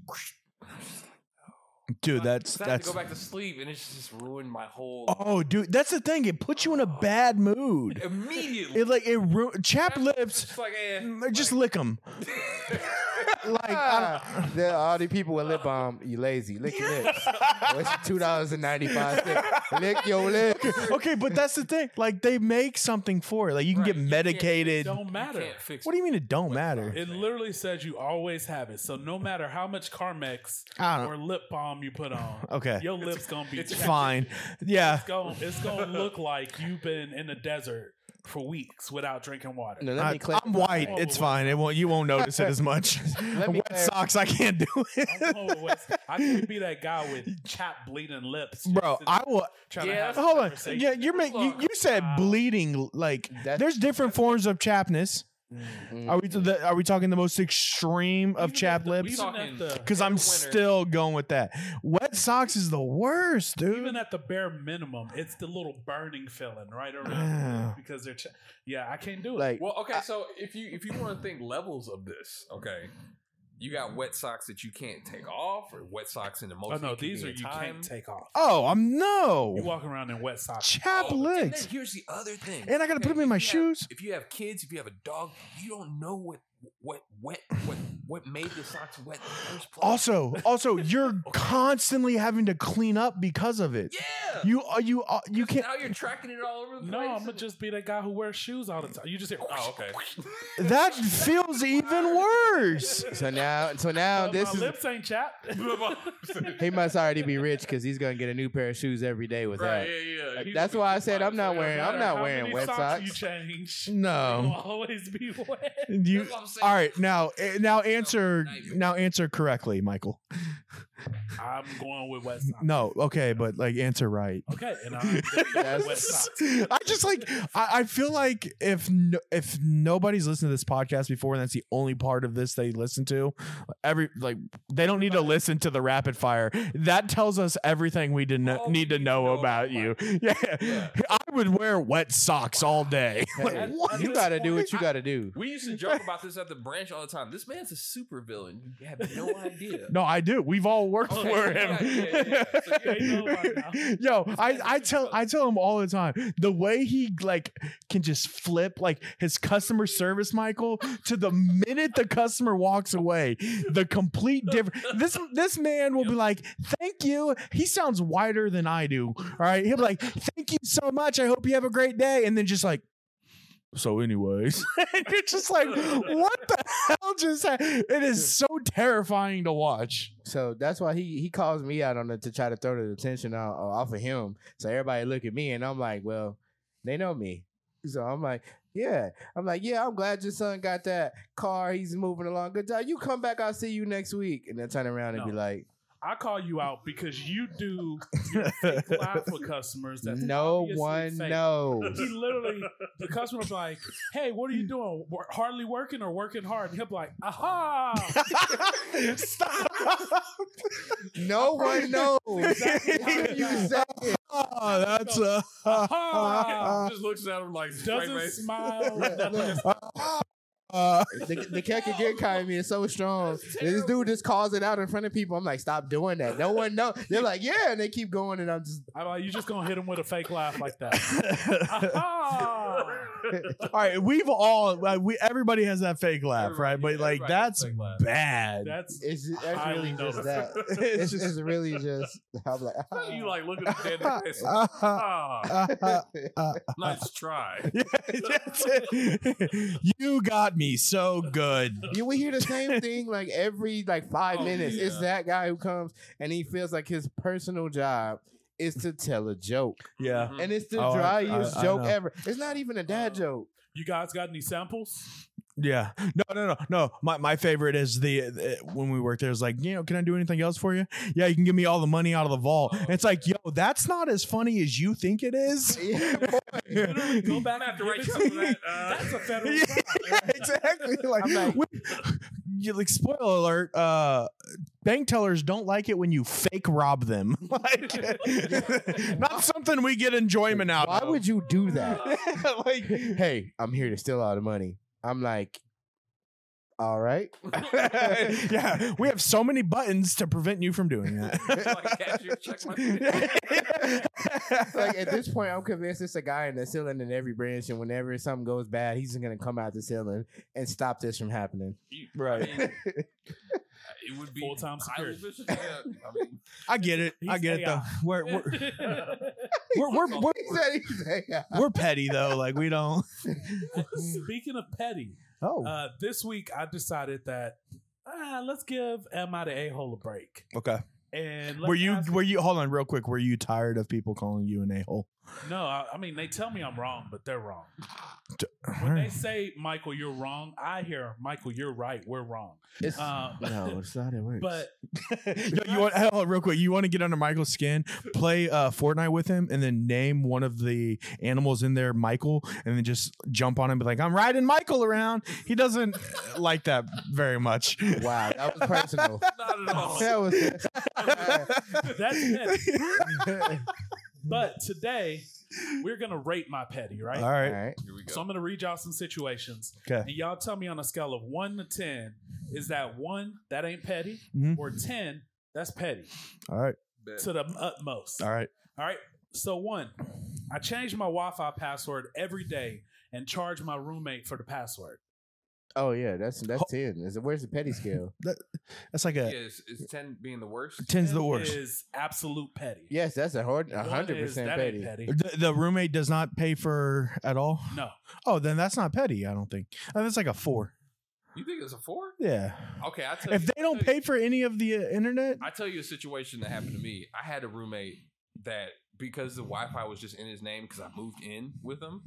[SPEAKER 1] Dude, that's
[SPEAKER 4] I had to
[SPEAKER 1] that's.
[SPEAKER 4] go back to sleep, and it just ruined my whole
[SPEAKER 1] Oh, dude, that's the thing. It puts you in a bad mood.
[SPEAKER 4] immediately.
[SPEAKER 1] It like it ru- chap lips.
[SPEAKER 4] Just like, eh,
[SPEAKER 1] Just
[SPEAKER 4] like-
[SPEAKER 1] lick them. Like I don't-
[SPEAKER 3] Ah, the, all the people with lip balm, you lazy. Lick your lips. It's two dollars and ninety five cents. Lick your lips.
[SPEAKER 1] okay, but that's the thing. Like they make something for it. Like you can
[SPEAKER 4] Right,
[SPEAKER 1] get
[SPEAKER 4] you can't-
[SPEAKER 2] It
[SPEAKER 1] medicated.
[SPEAKER 2] don't matter.
[SPEAKER 4] can't fix
[SPEAKER 1] What do you mean it don't matter?
[SPEAKER 2] It literally says you always have it. So no matter how much Carmex
[SPEAKER 1] I don't.
[SPEAKER 2] or lip balm you put on,
[SPEAKER 1] Okay.
[SPEAKER 2] your lips gonna be chapped.
[SPEAKER 1] Fine. Yeah.
[SPEAKER 2] It's gonna, it's gonna look like you've been in the desert for weeks without drinking water.
[SPEAKER 3] No, let
[SPEAKER 1] I,
[SPEAKER 3] me clar-
[SPEAKER 1] am white.
[SPEAKER 2] Oh,
[SPEAKER 1] It's
[SPEAKER 2] well.
[SPEAKER 1] fine. It won't. You won't notice it as much.
[SPEAKER 3] Let me
[SPEAKER 1] Wet
[SPEAKER 3] clar-
[SPEAKER 1] socks. I can't do
[SPEAKER 2] I'm
[SPEAKER 1] it,
[SPEAKER 2] going with- I can't be that guy with chapped, bleeding lips. just
[SPEAKER 1] bro.
[SPEAKER 2] sitting
[SPEAKER 1] I will.
[SPEAKER 2] trying
[SPEAKER 4] Yeah,
[SPEAKER 2] to have a
[SPEAKER 1] Hold on.
[SPEAKER 2] conversation.
[SPEAKER 1] Yeah, you're making. You, you said bleeding. Like
[SPEAKER 3] That-
[SPEAKER 1] there's different forms of chapness.
[SPEAKER 3] Mm.
[SPEAKER 1] Are we? The, are we talking the most extreme of
[SPEAKER 2] Even
[SPEAKER 1] chapped
[SPEAKER 2] at the-
[SPEAKER 1] lips?
[SPEAKER 2] Even at,
[SPEAKER 4] Talking-
[SPEAKER 2] the,
[SPEAKER 1] Because I'm
[SPEAKER 4] Winter.
[SPEAKER 1] still going with that. Wet socks is the worst, dude.
[SPEAKER 2] even at the bare minimum, it's the little burning feeling right
[SPEAKER 1] Ah.
[SPEAKER 2] around because they're. Ch- yeah, I can't do it.
[SPEAKER 3] like
[SPEAKER 4] Well, okay, so if you if you want to think levels of this, okay, you got wet socks that you can't take off, or wet socks in the most.
[SPEAKER 2] oh no, these are you
[SPEAKER 4] time.
[SPEAKER 2] can't take off.
[SPEAKER 1] Oh, I'm no.
[SPEAKER 2] You walk around in wet socks.
[SPEAKER 1] Chap
[SPEAKER 4] Oh, and
[SPEAKER 1] licks.
[SPEAKER 4] then here's the other thing,
[SPEAKER 1] And I gotta put 'em in
[SPEAKER 4] if
[SPEAKER 1] my
[SPEAKER 4] you have-
[SPEAKER 1] shoes.
[SPEAKER 4] If you have kids, if you have a dog, you don't know what what wet what what made the socks wet in the first place.
[SPEAKER 1] Also, also, you're constantly having to clean up because of it.
[SPEAKER 4] yeah,
[SPEAKER 1] You are you are you can't.
[SPEAKER 4] now you're tracking it all over the
[SPEAKER 2] No,
[SPEAKER 4] place.
[SPEAKER 2] I'm gonna just be that guy who wears shoes all the time. You just hear.
[SPEAKER 4] Oh, okay.
[SPEAKER 1] That feels even worse.
[SPEAKER 3] so now, so now
[SPEAKER 2] Uh,
[SPEAKER 3] this
[SPEAKER 2] my
[SPEAKER 3] is
[SPEAKER 2] lips ain't chapped.
[SPEAKER 3] he must already be rich because he's gonna get a new pair of shoes every day with
[SPEAKER 4] Right,
[SPEAKER 3] that.
[SPEAKER 4] yeah, yeah. He's
[SPEAKER 3] That's
[SPEAKER 4] a-
[SPEAKER 3] why I said I'm not wearing.
[SPEAKER 2] matter
[SPEAKER 3] I'm not
[SPEAKER 2] how
[SPEAKER 3] wearing
[SPEAKER 2] many
[SPEAKER 3] wet
[SPEAKER 2] You
[SPEAKER 3] socks.
[SPEAKER 2] change. You'll
[SPEAKER 1] No,
[SPEAKER 2] always be wet.
[SPEAKER 1] you.
[SPEAKER 4] That's what I'm saying.
[SPEAKER 1] All right, now eh, now answer now answer correctly, Michael.
[SPEAKER 2] I'm going with wet socks.
[SPEAKER 1] No, okay, but like answer right.
[SPEAKER 2] Okay, and I'm going with wet socks.
[SPEAKER 1] I just like I, I feel like if no, if nobody's listened to this podcast before and that's the only part of this they listen to, every like they don't need to listen to the rapid fire. That tells us everything we did
[SPEAKER 4] All
[SPEAKER 1] not
[SPEAKER 4] we
[SPEAKER 1] need to
[SPEAKER 4] need to
[SPEAKER 1] know
[SPEAKER 4] know
[SPEAKER 1] about
[SPEAKER 4] about
[SPEAKER 1] you. Yeah.
[SPEAKER 4] Yeah.
[SPEAKER 1] I would wear wet socks all day.
[SPEAKER 3] Hey,
[SPEAKER 1] Like, what?
[SPEAKER 3] You gotta do what you gotta do.
[SPEAKER 4] We used to joke about this at the branch all the time. This man's a super villain. You have no idea.
[SPEAKER 1] No, I do. We've all worked
[SPEAKER 4] Okay,
[SPEAKER 1] for
[SPEAKER 4] yeah,
[SPEAKER 1] him.
[SPEAKER 4] yeah, yeah, yeah. So you
[SPEAKER 2] ain't know about
[SPEAKER 1] Yo, I, I tell I tell him all the time the way he like can just flip like his customer service, Michael, to the minute the customer walks away, the complete different. This this man will be like, "Thank you." He sounds whiter than I do. All right, he'll be like, "Thank you so much. I hope you have a great day," and then just like. So, anyways, and you're just like, what the hell just happened? It is so terrifying to watch.
[SPEAKER 3] So that's why he he calls me out on it to try to throw the attention out, uh, off of him. So everybody look at me and I'm like, well, they know me. So I'm like, yeah. I'm like, yeah, I'm glad your son got that car. He's moving along. Good job. You come back, I'll see you next week. And then turn around and be
[SPEAKER 2] No.
[SPEAKER 3] like,
[SPEAKER 2] I call you out because you do your fake live for customers. That's
[SPEAKER 3] No
[SPEAKER 2] obviously
[SPEAKER 3] one
[SPEAKER 2] fake.
[SPEAKER 3] knows.
[SPEAKER 2] He literally, the customer's like, "Hey, what are you doing? Wor- hardly working or working hard?" And he'll be like, "Aha!"
[SPEAKER 1] Stop.
[SPEAKER 3] No one knows. What are you saying?
[SPEAKER 1] Oh, that's a.
[SPEAKER 2] Aha!
[SPEAKER 4] just looks at him like straight
[SPEAKER 2] Doesn't
[SPEAKER 4] face.
[SPEAKER 2] smile. nothing.
[SPEAKER 1] Uh,
[SPEAKER 3] The, the kek again kind of me is so strong. This dude just calls it out in front of people. I'm like, stop doing that. No one knows. They're like, yeah, and they keep going, and I'm just
[SPEAKER 2] I'm like, "You just gonna hit him with a fake laugh like that?" Aha!
[SPEAKER 1] all right, we've all like, we everybody has that fake laugh,
[SPEAKER 4] Everybody-
[SPEAKER 1] right? But like
[SPEAKER 4] everybody
[SPEAKER 1] that's
[SPEAKER 4] fake laugh.
[SPEAKER 1] bad.
[SPEAKER 2] That's
[SPEAKER 3] it's just, that's
[SPEAKER 2] Highly
[SPEAKER 3] really just
[SPEAKER 2] noticed.
[SPEAKER 3] that. It's, it's really just I'm like,
[SPEAKER 2] Uh.
[SPEAKER 4] you like looking at the dead face. Ah, nice try.
[SPEAKER 1] Yeah, that's it. you got me so good.
[SPEAKER 3] You we hear the same thing like every like five
[SPEAKER 4] Oh,
[SPEAKER 3] minutes. It's
[SPEAKER 4] yeah.
[SPEAKER 3] that guy who comes and he feels like his personal job is to tell a joke,
[SPEAKER 1] Yeah.
[SPEAKER 4] Mhm.
[SPEAKER 3] and it's the
[SPEAKER 1] Oh, I-
[SPEAKER 3] driest
[SPEAKER 1] I- I
[SPEAKER 3] joke
[SPEAKER 1] know.
[SPEAKER 3] ever. It's not even a dad joke.
[SPEAKER 2] you guys got any samples?
[SPEAKER 1] Yeah. No, no, no, no. My my favorite is the, the- when we worked there. It's like, you know, can I do anything else for you? Yeah, you can give me all the money out of the vault.
[SPEAKER 3] Uh-huh.
[SPEAKER 1] And it's like, yo, that's not as funny as you think it is.
[SPEAKER 2] Literally, go back
[SPEAKER 4] I have to
[SPEAKER 2] and
[SPEAKER 4] write
[SPEAKER 2] give it to
[SPEAKER 4] something that. Uh,
[SPEAKER 2] That's a federal
[SPEAKER 1] Yeah,
[SPEAKER 2] crime.
[SPEAKER 1] exactly. Like,
[SPEAKER 3] I'm like-
[SPEAKER 1] we- you, like spoiler alert. Uh, bank tellers don't like it when you fake rob them. like, not something we get enjoyment out
[SPEAKER 3] Why
[SPEAKER 1] of.
[SPEAKER 3] would you do that?
[SPEAKER 1] like,
[SPEAKER 3] hey, I'm here to steal all the money. I'm like, all right.
[SPEAKER 4] Mm-hmm.
[SPEAKER 1] yeah, we have so many buttons to prevent you from doing
[SPEAKER 4] like,
[SPEAKER 1] that.
[SPEAKER 4] cashier, check my
[SPEAKER 3] Like at this point, I'm convinced it's a guy in the ceiling in every branch, and whenever something goes bad, he's gonna come out the ceiling and stop this from happening.
[SPEAKER 4] you- I
[SPEAKER 1] right.
[SPEAKER 4] mean, it would be
[SPEAKER 2] Full-time
[SPEAKER 4] highly vicious. Yeah, I mean,
[SPEAKER 1] I get it. I
[SPEAKER 2] He's
[SPEAKER 1] get it though.
[SPEAKER 2] AI.
[SPEAKER 1] We're we're we're, we're, we're,
[SPEAKER 3] He said he's like,
[SPEAKER 1] we're petty though. Like we don't.
[SPEAKER 2] Speaking of petty,
[SPEAKER 1] Oh,
[SPEAKER 2] uh, this week I decided that ah, let's give Am I the a hole a break.
[SPEAKER 1] okay.
[SPEAKER 2] And let's
[SPEAKER 1] Were you
[SPEAKER 2] ask-
[SPEAKER 1] were you? Hold on, real quick. Were you tired of people calling you an a hole?
[SPEAKER 2] no, I, I mean they tell me I'm wrong, but they're wrong. When they say Michael, you're wrong, I hear Michael, you're right, we're wrong.
[SPEAKER 3] It's-
[SPEAKER 2] Um,
[SPEAKER 3] no, it's not. It works.
[SPEAKER 2] but
[SPEAKER 1] Yo, you want hold on, real quick? You want to get under Michael's skin, play uh, Fortnite with him, and then name one of the animals in there Michael, and then just jump on him, and be like, "I'm riding Michael around." He doesn't like that very much.
[SPEAKER 3] wow, that was personal.
[SPEAKER 4] not at all.
[SPEAKER 3] that was.
[SPEAKER 2] that's petty. But today we're gonna rate my petty, right?
[SPEAKER 1] All right.
[SPEAKER 3] right.
[SPEAKER 4] Here we go.
[SPEAKER 2] So I'm gonna read y'all some situations,
[SPEAKER 1] Okay.
[SPEAKER 2] and y'all tell me on a scale of one to ten, is that one that ain't petty,
[SPEAKER 1] Mhm.
[SPEAKER 2] or ten that's petty
[SPEAKER 1] All right.
[SPEAKER 4] Bet.
[SPEAKER 2] to the utmost?
[SPEAKER 1] All right.
[SPEAKER 2] All right. So one, I change my Wi-Fi password every day and charge my roommate for the password.
[SPEAKER 3] Oh yeah, that's that's ten. Is it, where's the petty scale?
[SPEAKER 1] That's like
[SPEAKER 4] yeah,
[SPEAKER 1] a
[SPEAKER 4] is, is ten being the worst?
[SPEAKER 1] ten's the
[SPEAKER 2] That
[SPEAKER 1] worst.
[SPEAKER 2] Is absolute petty.
[SPEAKER 3] Yes, that's a hard, a
[SPEAKER 2] One
[SPEAKER 3] hundred
[SPEAKER 2] is,
[SPEAKER 3] percent
[SPEAKER 2] that ain't
[SPEAKER 3] petty.
[SPEAKER 1] The, the roommate does not pay for at all.
[SPEAKER 2] No.
[SPEAKER 1] Oh, then that's not petty. I don't think. Uh, That's like a four.
[SPEAKER 4] You think it's a four?
[SPEAKER 1] Yeah.
[SPEAKER 4] Okay, I tell
[SPEAKER 1] If
[SPEAKER 4] you,
[SPEAKER 1] they don't
[SPEAKER 4] I tell you-
[SPEAKER 1] pay for any of the uh, internet,
[SPEAKER 4] I tell you a situation that happened to me. I had a roommate that because the Wi-Fi was just in his name because I moved in with him.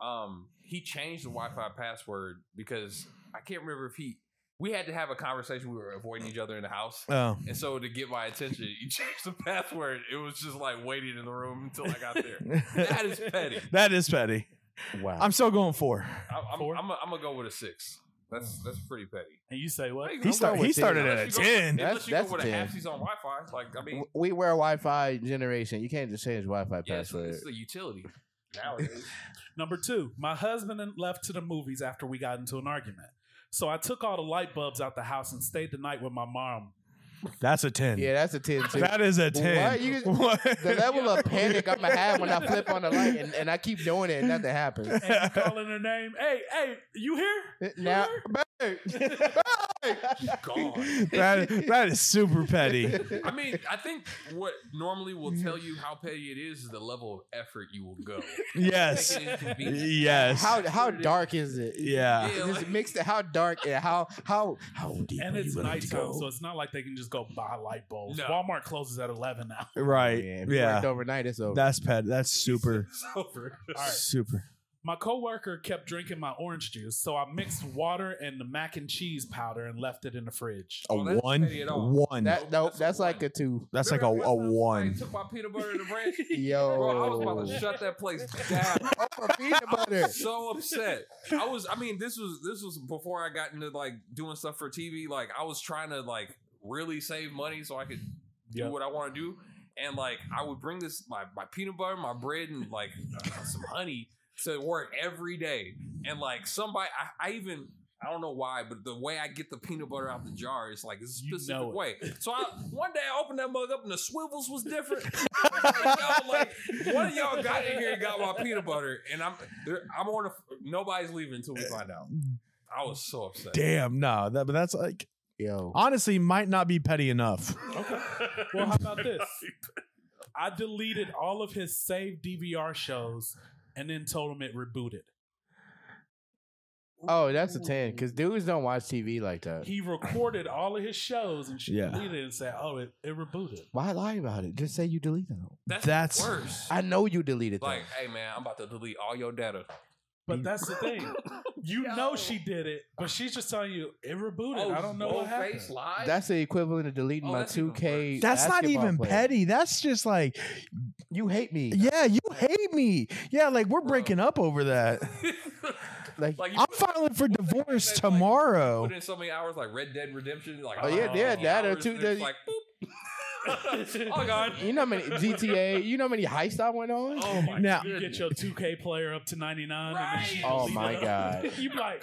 [SPEAKER 4] Um, he changed the Wi-Fi password because I can't remember if he. We had to have a conversation. We were avoiding each other in the house,
[SPEAKER 1] oh,
[SPEAKER 4] and so to get my attention, he changed the password. It was just like waiting in the room until I got there. That is petty.
[SPEAKER 1] that is petty.
[SPEAKER 3] Wow.
[SPEAKER 1] I'm still going four.
[SPEAKER 4] I, I'm,
[SPEAKER 2] Four?
[SPEAKER 4] I'm, a, I'm gonna go with a six. That's that's pretty petty.
[SPEAKER 2] And you say what?
[SPEAKER 1] He, start,
[SPEAKER 3] going with
[SPEAKER 1] he started at a
[SPEAKER 4] Unless you go-
[SPEAKER 1] 10.
[SPEAKER 3] That's-
[SPEAKER 4] Unless you go
[SPEAKER 3] that's
[SPEAKER 4] with a
[SPEAKER 3] 10.
[SPEAKER 4] half, he's on Wi-Fi. Like I mean,
[SPEAKER 3] W- we wear Wi-Fi generation. You can't just change Wi-Fi
[SPEAKER 4] yeah, it's,
[SPEAKER 3] password.
[SPEAKER 4] it's the utility nowadays.
[SPEAKER 2] Number two, my husband and left to the movies after we got into an argument. So I took all the light bulbs out the house and stayed the night with my mom.
[SPEAKER 1] That's a 10.
[SPEAKER 3] yeah, that's a ten too.
[SPEAKER 1] That is a 10.
[SPEAKER 3] Why you-
[SPEAKER 1] What?
[SPEAKER 3] the level of panic I'm gonna have when I flip on the light and, and I keep doing it and nothing happens.
[SPEAKER 2] And you calling her name. Hey, hey, you here? You
[SPEAKER 3] Now,
[SPEAKER 2] here?
[SPEAKER 3] babe,
[SPEAKER 4] Gone.
[SPEAKER 1] that, that is super petty.
[SPEAKER 4] I mean, I think what normally will tell you how petty it is is the level of effort you will go.
[SPEAKER 1] Yes.
[SPEAKER 4] It is convenient.
[SPEAKER 1] Yes.
[SPEAKER 3] how how dark is it?
[SPEAKER 1] yeah.
[SPEAKER 4] Yeah,
[SPEAKER 3] Just
[SPEAKER 4] like-
[SPEAKER 3] mixed it. How dark and how how how deep
[SPEAKER 2] And
[SPEAKER 3] are
[SPEAKER 2] it's
[SPEAKER 3] you willing to
[SPEAKER 2] nighttime,
[SPEAKER 3] go?
[SPEAKER 2] so it's not like they can just go buy light bulbs.
[SPEAKER 4] No.
[SPEAKER 2] Walmart closes at eleven now.
[SPEAKER 1] Right.
[SPEAKER 3] Yeah,
[SPEAKER 1] Yeah.
[SPEAKER 3] if you worked overnight, it's over.
[SPEAKER 1] That's pet. That's super,
[SPEAKER 4] It's over.
[SPEAKER 2] All right.
[SPEAKER 1] super.
[SPEAKER 2] My coworker kept drinking my orange juice, so I mixed water and the mac and cheese powder and left it in the fridge.
[SPEAKER 1] A
[SPEAKER 4] Well, Oh, that's
[SPEAKER 1] one,
[SPEAKER 4] petty at all.
[SPEAKER 1] one.
[SPEAKER 4] Nope,
[SPEAKER 3] That no,
[SPEAKER 4] that's a
[SPEAKER 3] that's like
[SPEAKER 4] one.
[SPEAKER 3] a two.
[SPEAKER 1] that's like a,
[SPEAKER 4] Remember
[SPEAKER 1] a
[SPEAKER 4] last
[SPEAKER 1] one.
[SPEAKER 4] time somebody
[SPEAKER 1] Oh.
[SPEAKER 4] Took my peanut butter and the bread. Bro, I was about to
[SPEAKER 3] Yo,
[SPEAKER 4] shut that place down.
[SPEAKER 3] Over peanut
[SPEAKER 4] I
[SPEAKER 3] butter.
[SPEAKER 4] was so upset. I was. I mean, this was this was before I got into like doing stuff for TV. Like I was trying to like really save money so I could
[SPEAKER 2] Yeah.
[SPEAKER 4] do what I want to do. And like I would bring this my my peanut butter, my bread, and like some honey to work every day. And like somebody, I, I even. I don't know why, but the way I get the peanut butter out the jar is like a
[SPEAKER 2] You
[SPEAKER 4] specific
[SPEAKER 2] know it.
[SPEAKER 4] way. So I one day I opened that mug up and the swivels was different. Y'all, like one of y'all got in here and got my peanut butter, and I'm there, I'm on. A, nobody's leaving until we find out. I was so upset.
[SPEAKER 1] Damn, no, that, but that's like
[SPEAKER 3] Yo,
[SPEAKER 1] honestly might not be petty enough.
[SPEAKER 2] Okay. Well, how about this? I deleted all of his saved DVR shows and then told him it rebooted.
[SPEAKER 3] oh, that's a ten. Cause dudes don't watch TV like that.
[SPEAKER 2] He recorded all of his shows and she
[SPEAKER 1] Yeah.
[SPEAKER 2] deleted it and said, "Oh, it, it rebooted."
[SPEAKER 3] Why lie about it? Just say you deleted them.
[SPEAKER 4] That's,
[SPEAKER 1] That's-
[SPEAKER 4] worse.
[SPEAKER 3] I know you deleted them.
[SPEAKER 4] like, hey man, I'm about to delete all your data.
[SPEAKER 2] But that's the thing. You know she did it, but she's just telling you it rebooted. I don't know what
[SPEAKER 4] bold
[SPEAKER 2] happened.
[SPEAKER 4] Oh, face lied.
[SPEAKER 3] That's the equivalent of deleting
[SPEAKER 4] Oh,
[SPEAKER 3] my
[SPEAKER 4] that's even
[SPEAKER 3] two K.
[SPEAKER 4] worse.
[SPEAKER 1] That's not even petty. That's just like,
[SPEAKER 3] You hate me.
[SPEAKER 1] yeah, you hate me. Yeah, like we're breaking up over that.
[SPEAKER 3] Like,
[SPEAKER 4] like you
[SPEAKER 1] I'm
[SPEAKER 4] put-
[SPEAKER 1] filing for
[SPEAKER 4] what's that thing
[SPEAKER 1] divorce
[SPEAKER 4] that, like,
[SPEAKER 1] tomorrow.
[SPEAKER 4] Put in so many hours, like Red Dead Redemption. Like,
[SPEAKER 3] Oh, yeah, yeah, that or
[SPEAKER 4] hours,
[SPEAKER 3] two
[SPEAKER 4] and it's
[SPEAKER 3] days-
[SPEAKER 4] Like, boop. oh god,
[SPEAKER 3] you know how many GTA? You know how many heists I went on?
[SPEAKER 4] Oh my
[SPEAKER 1] Now-
[SPEAKER 2] You get your 2K player up to 99. and then she
[SPEAKER 4] Right.
[SPEAKER 3] Oh
[SPEAKER 2] deleted
[SPEAKER 3] my
[SPEAKER 2] it.
[SPEAKER 3] God.
[SPEAKER 2] you be like,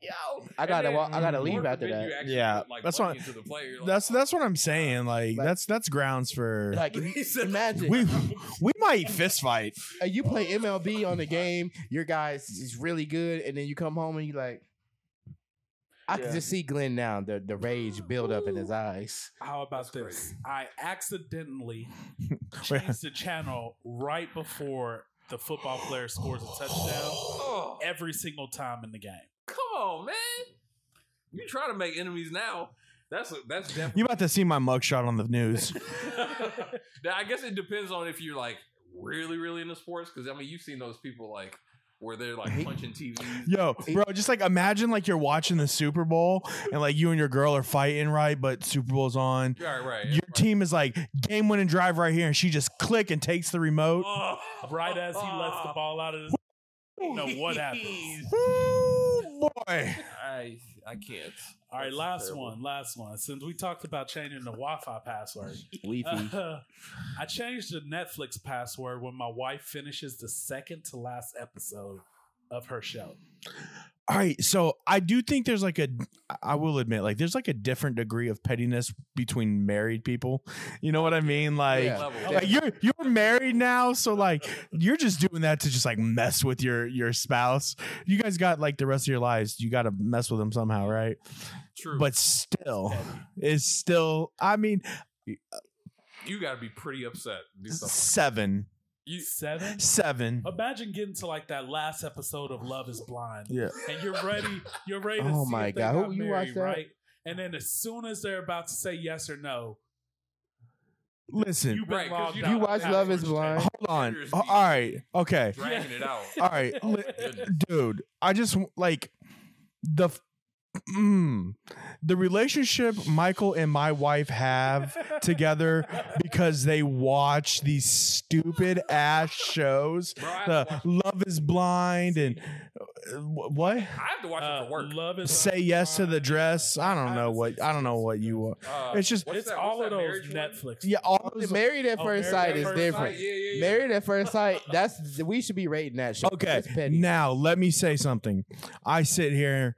[SPEAKER 4] yo.
[SPEAKER 3] I gotta
[SPEAKER 4] And
[SPEAKER 3] wa- I gotta
[SPEAKER 4] Lord
[SPEAKER 3] leave after
[SPEAKER 4] forbid
[SPEAKER 3] that.
[SPEAKER 4] you actually
[SPEAKER 1] Yeah,
[SPEAKER 4] put, like,
[SPEAKER 1] that's
[SPEAKER 4] money
[SPEAKER 1] what-
[SPEAKER 4] into the player. You're like,
[SPEAKER 1] That's that's what I'm saying. Like
[SPEAKER 3] Like-
[SPEAKER 1] that's that's grounds for
[SPEAKER 3] Like
[SPEAKER 4] He said-
[SPEAKER 3] imagine
[SPEAKER 1] we we might fist fight.
[SPEAKER 3] uh, you play MLB on the game, your guys is really good, and then you come home and you like. I can just see Glenn now, the, the rage build up in his eyes.
[SPEAKER 2] How about
[SPEAKER 4] That's
[SPEAKER 2] this?
[SPEAKER 4] crazy.
[SPEAKER 2] I accidentally changed the channel right before the football player scores a touchdown
[SPEAKER 4] oh,
[SPEAKER 2] every single time in the game.
[SPEAKER 4] come on, man. You try to make enemies now. That's that's definitely.
[SPEAKER 1] You about to see my mugshot on the news.
[SPEAKER 4] now, I guess it depends on if you're like really, really into sports. Because I mean, you've seen those people like where they're like punching TVs.
[SPEAKER 1] Yo, bro, just like imagine like you're watching the Super Bowl and like you and your girl are fighting, right? But Super Bowl's on.
[SPEAKER 4] Right, right.
[SPEAKER 1] Your team is like game winning drive right here, and she just click and takes the remote.
[SPEAKER 4] Oh.
[SPEAKER 2] Right as he lets the ball out of his. You know what happens.
[SPEAKER 4] Jeez.
[SPEAKER 3] Oh.
[SPEAKER 1] Ooh, boy.
[SPEAKER 4] I I can't.
[SPEAKER 2] All right,
[SPEAKER 4] That's
[SPEAKER 2] last
[SPEAKER 4] terrible.
[SPEAKER 2] one, last one. Since we talked about changing the Wi Fi password,
[SPEAKER 3] Leafy.
[SPEAKER 2] uh, I changed the Netflix password when my wife finishes the second to last episode of her show.
[SPEAKER 1] All right, so I do think there's like a, I will admit, like there's like a different degree of pettiness between married people. You know what I mean? Like,
[SPEAKER 3] Yeah.
[SPEAKER 4] Level.
[SPEAKER 1] like you're you're married now, so like you're just doing that to just like mess with your your spouse. You guys got like the rest of your lives. You got to mess with them somehow, right?
[SPEAKER 4] True.
[SPEAKER 1] But still, it's still. I mean,
[SPEAKER 4] you got to be pretty upset. to Do something.
[SPEAKER 1] seven,
[SPEAKER 4] You,
[SPEAKER 2] Seven?
[SPEAKER 1] seven.
[SPEAKER 2] Imagine getting to like that last episode of Love Is Blind.
[SPEAKER 1] Yeah.
[SPEAKER 2] and you're ready. You're ready. To
[SPEAKER 3] Oh
[SPEAKER 2] see
[SPEAKER 3] my
[SPEAKER 2] if they
[SPEAKER 3] God.
[SPEAKER 2] got
[SPEAKER 3] Who- you
[SPEAKER 2] married,
[SPEAKER 3] watched that?
[SPEAKER 2] Right? And then as soon as they're about to say yes or no,
[SPEAKER 1] Listen,
[SPEAKER 2] you been
[SPEAKER 4] Right, 'cause
[SPEAKER 2] logged
[SPEAKER 4] you
[SPEAKER 2] out.
[SPEAKER 4] know
[SPEAKER 3] You watch
[SPEAKER 4] that
[SPEAKER 3] Love
[SPEAKER 4] was
[SPEAKER 3] Is Blind.
[SPEAKER 1] hold on.
[SPEAKER 4] Haters
[SPEAKER 1] All
[SPEAKER 4] be
[SPEAKER 1] right, okay,
[SPEAKER 4] dragging it out.
[SPEAKER 1] all right. Li-
[SPEAKER 4] Goodness.
[SPEAKER 1] dude i just like the f- mm, the relationship michael and my wife have together because they watch these stupid ass shows
[SPEAKER 4] Bro, I,
[SPEAKER 2] Uh,
[SPEAKER 4] have to
[SPEAKER 1] the
[SPEAKER 4] watch,
[SPEAKER 1] love is blind and uh, wh- what
[SPEAKER 4] I have to watch
[SPEAKER 2] Uh,
[SPEAKER 4] it for work.
[SPEAKER 2] Love is
[SPEAKER 1] say yes to the dress i don't know what i don't know what you want
[SPEAKER 4] Uh,
[SPEAKER 1] it's just
[SPEAKER 4] what's
[SPEAKER 2] It's
[SPEAKER 4] that-
[SPEAKER 2] all
[SPEAKER 4] what's
[SPEAKER 2] of
[SPEAKER 4] that
[SPEAKER 2] those
[SPEAKER 4] marriage one?
[SPEAKER 2] Netflix.
[SPEAKER 1] yeah all those,
[SPEAKER 3] Married at
[SPEAKER 2] Oh,
[SPEAKER 3] first
[SPEAKER 2] Married at
[SPEAKER 3] sight is
[SPEAKER 2] First
[SPEAKER 3] different.
[SPEAKER 4] Sight, Yeah, yeah, yeah.
[SPEAKER 3] Married at first sight, that's we should be rating that show.
[SPEAKER 1] okay
[SPEAKER 3] It's petty.
[SPEAKER 1] now let me say something i sit here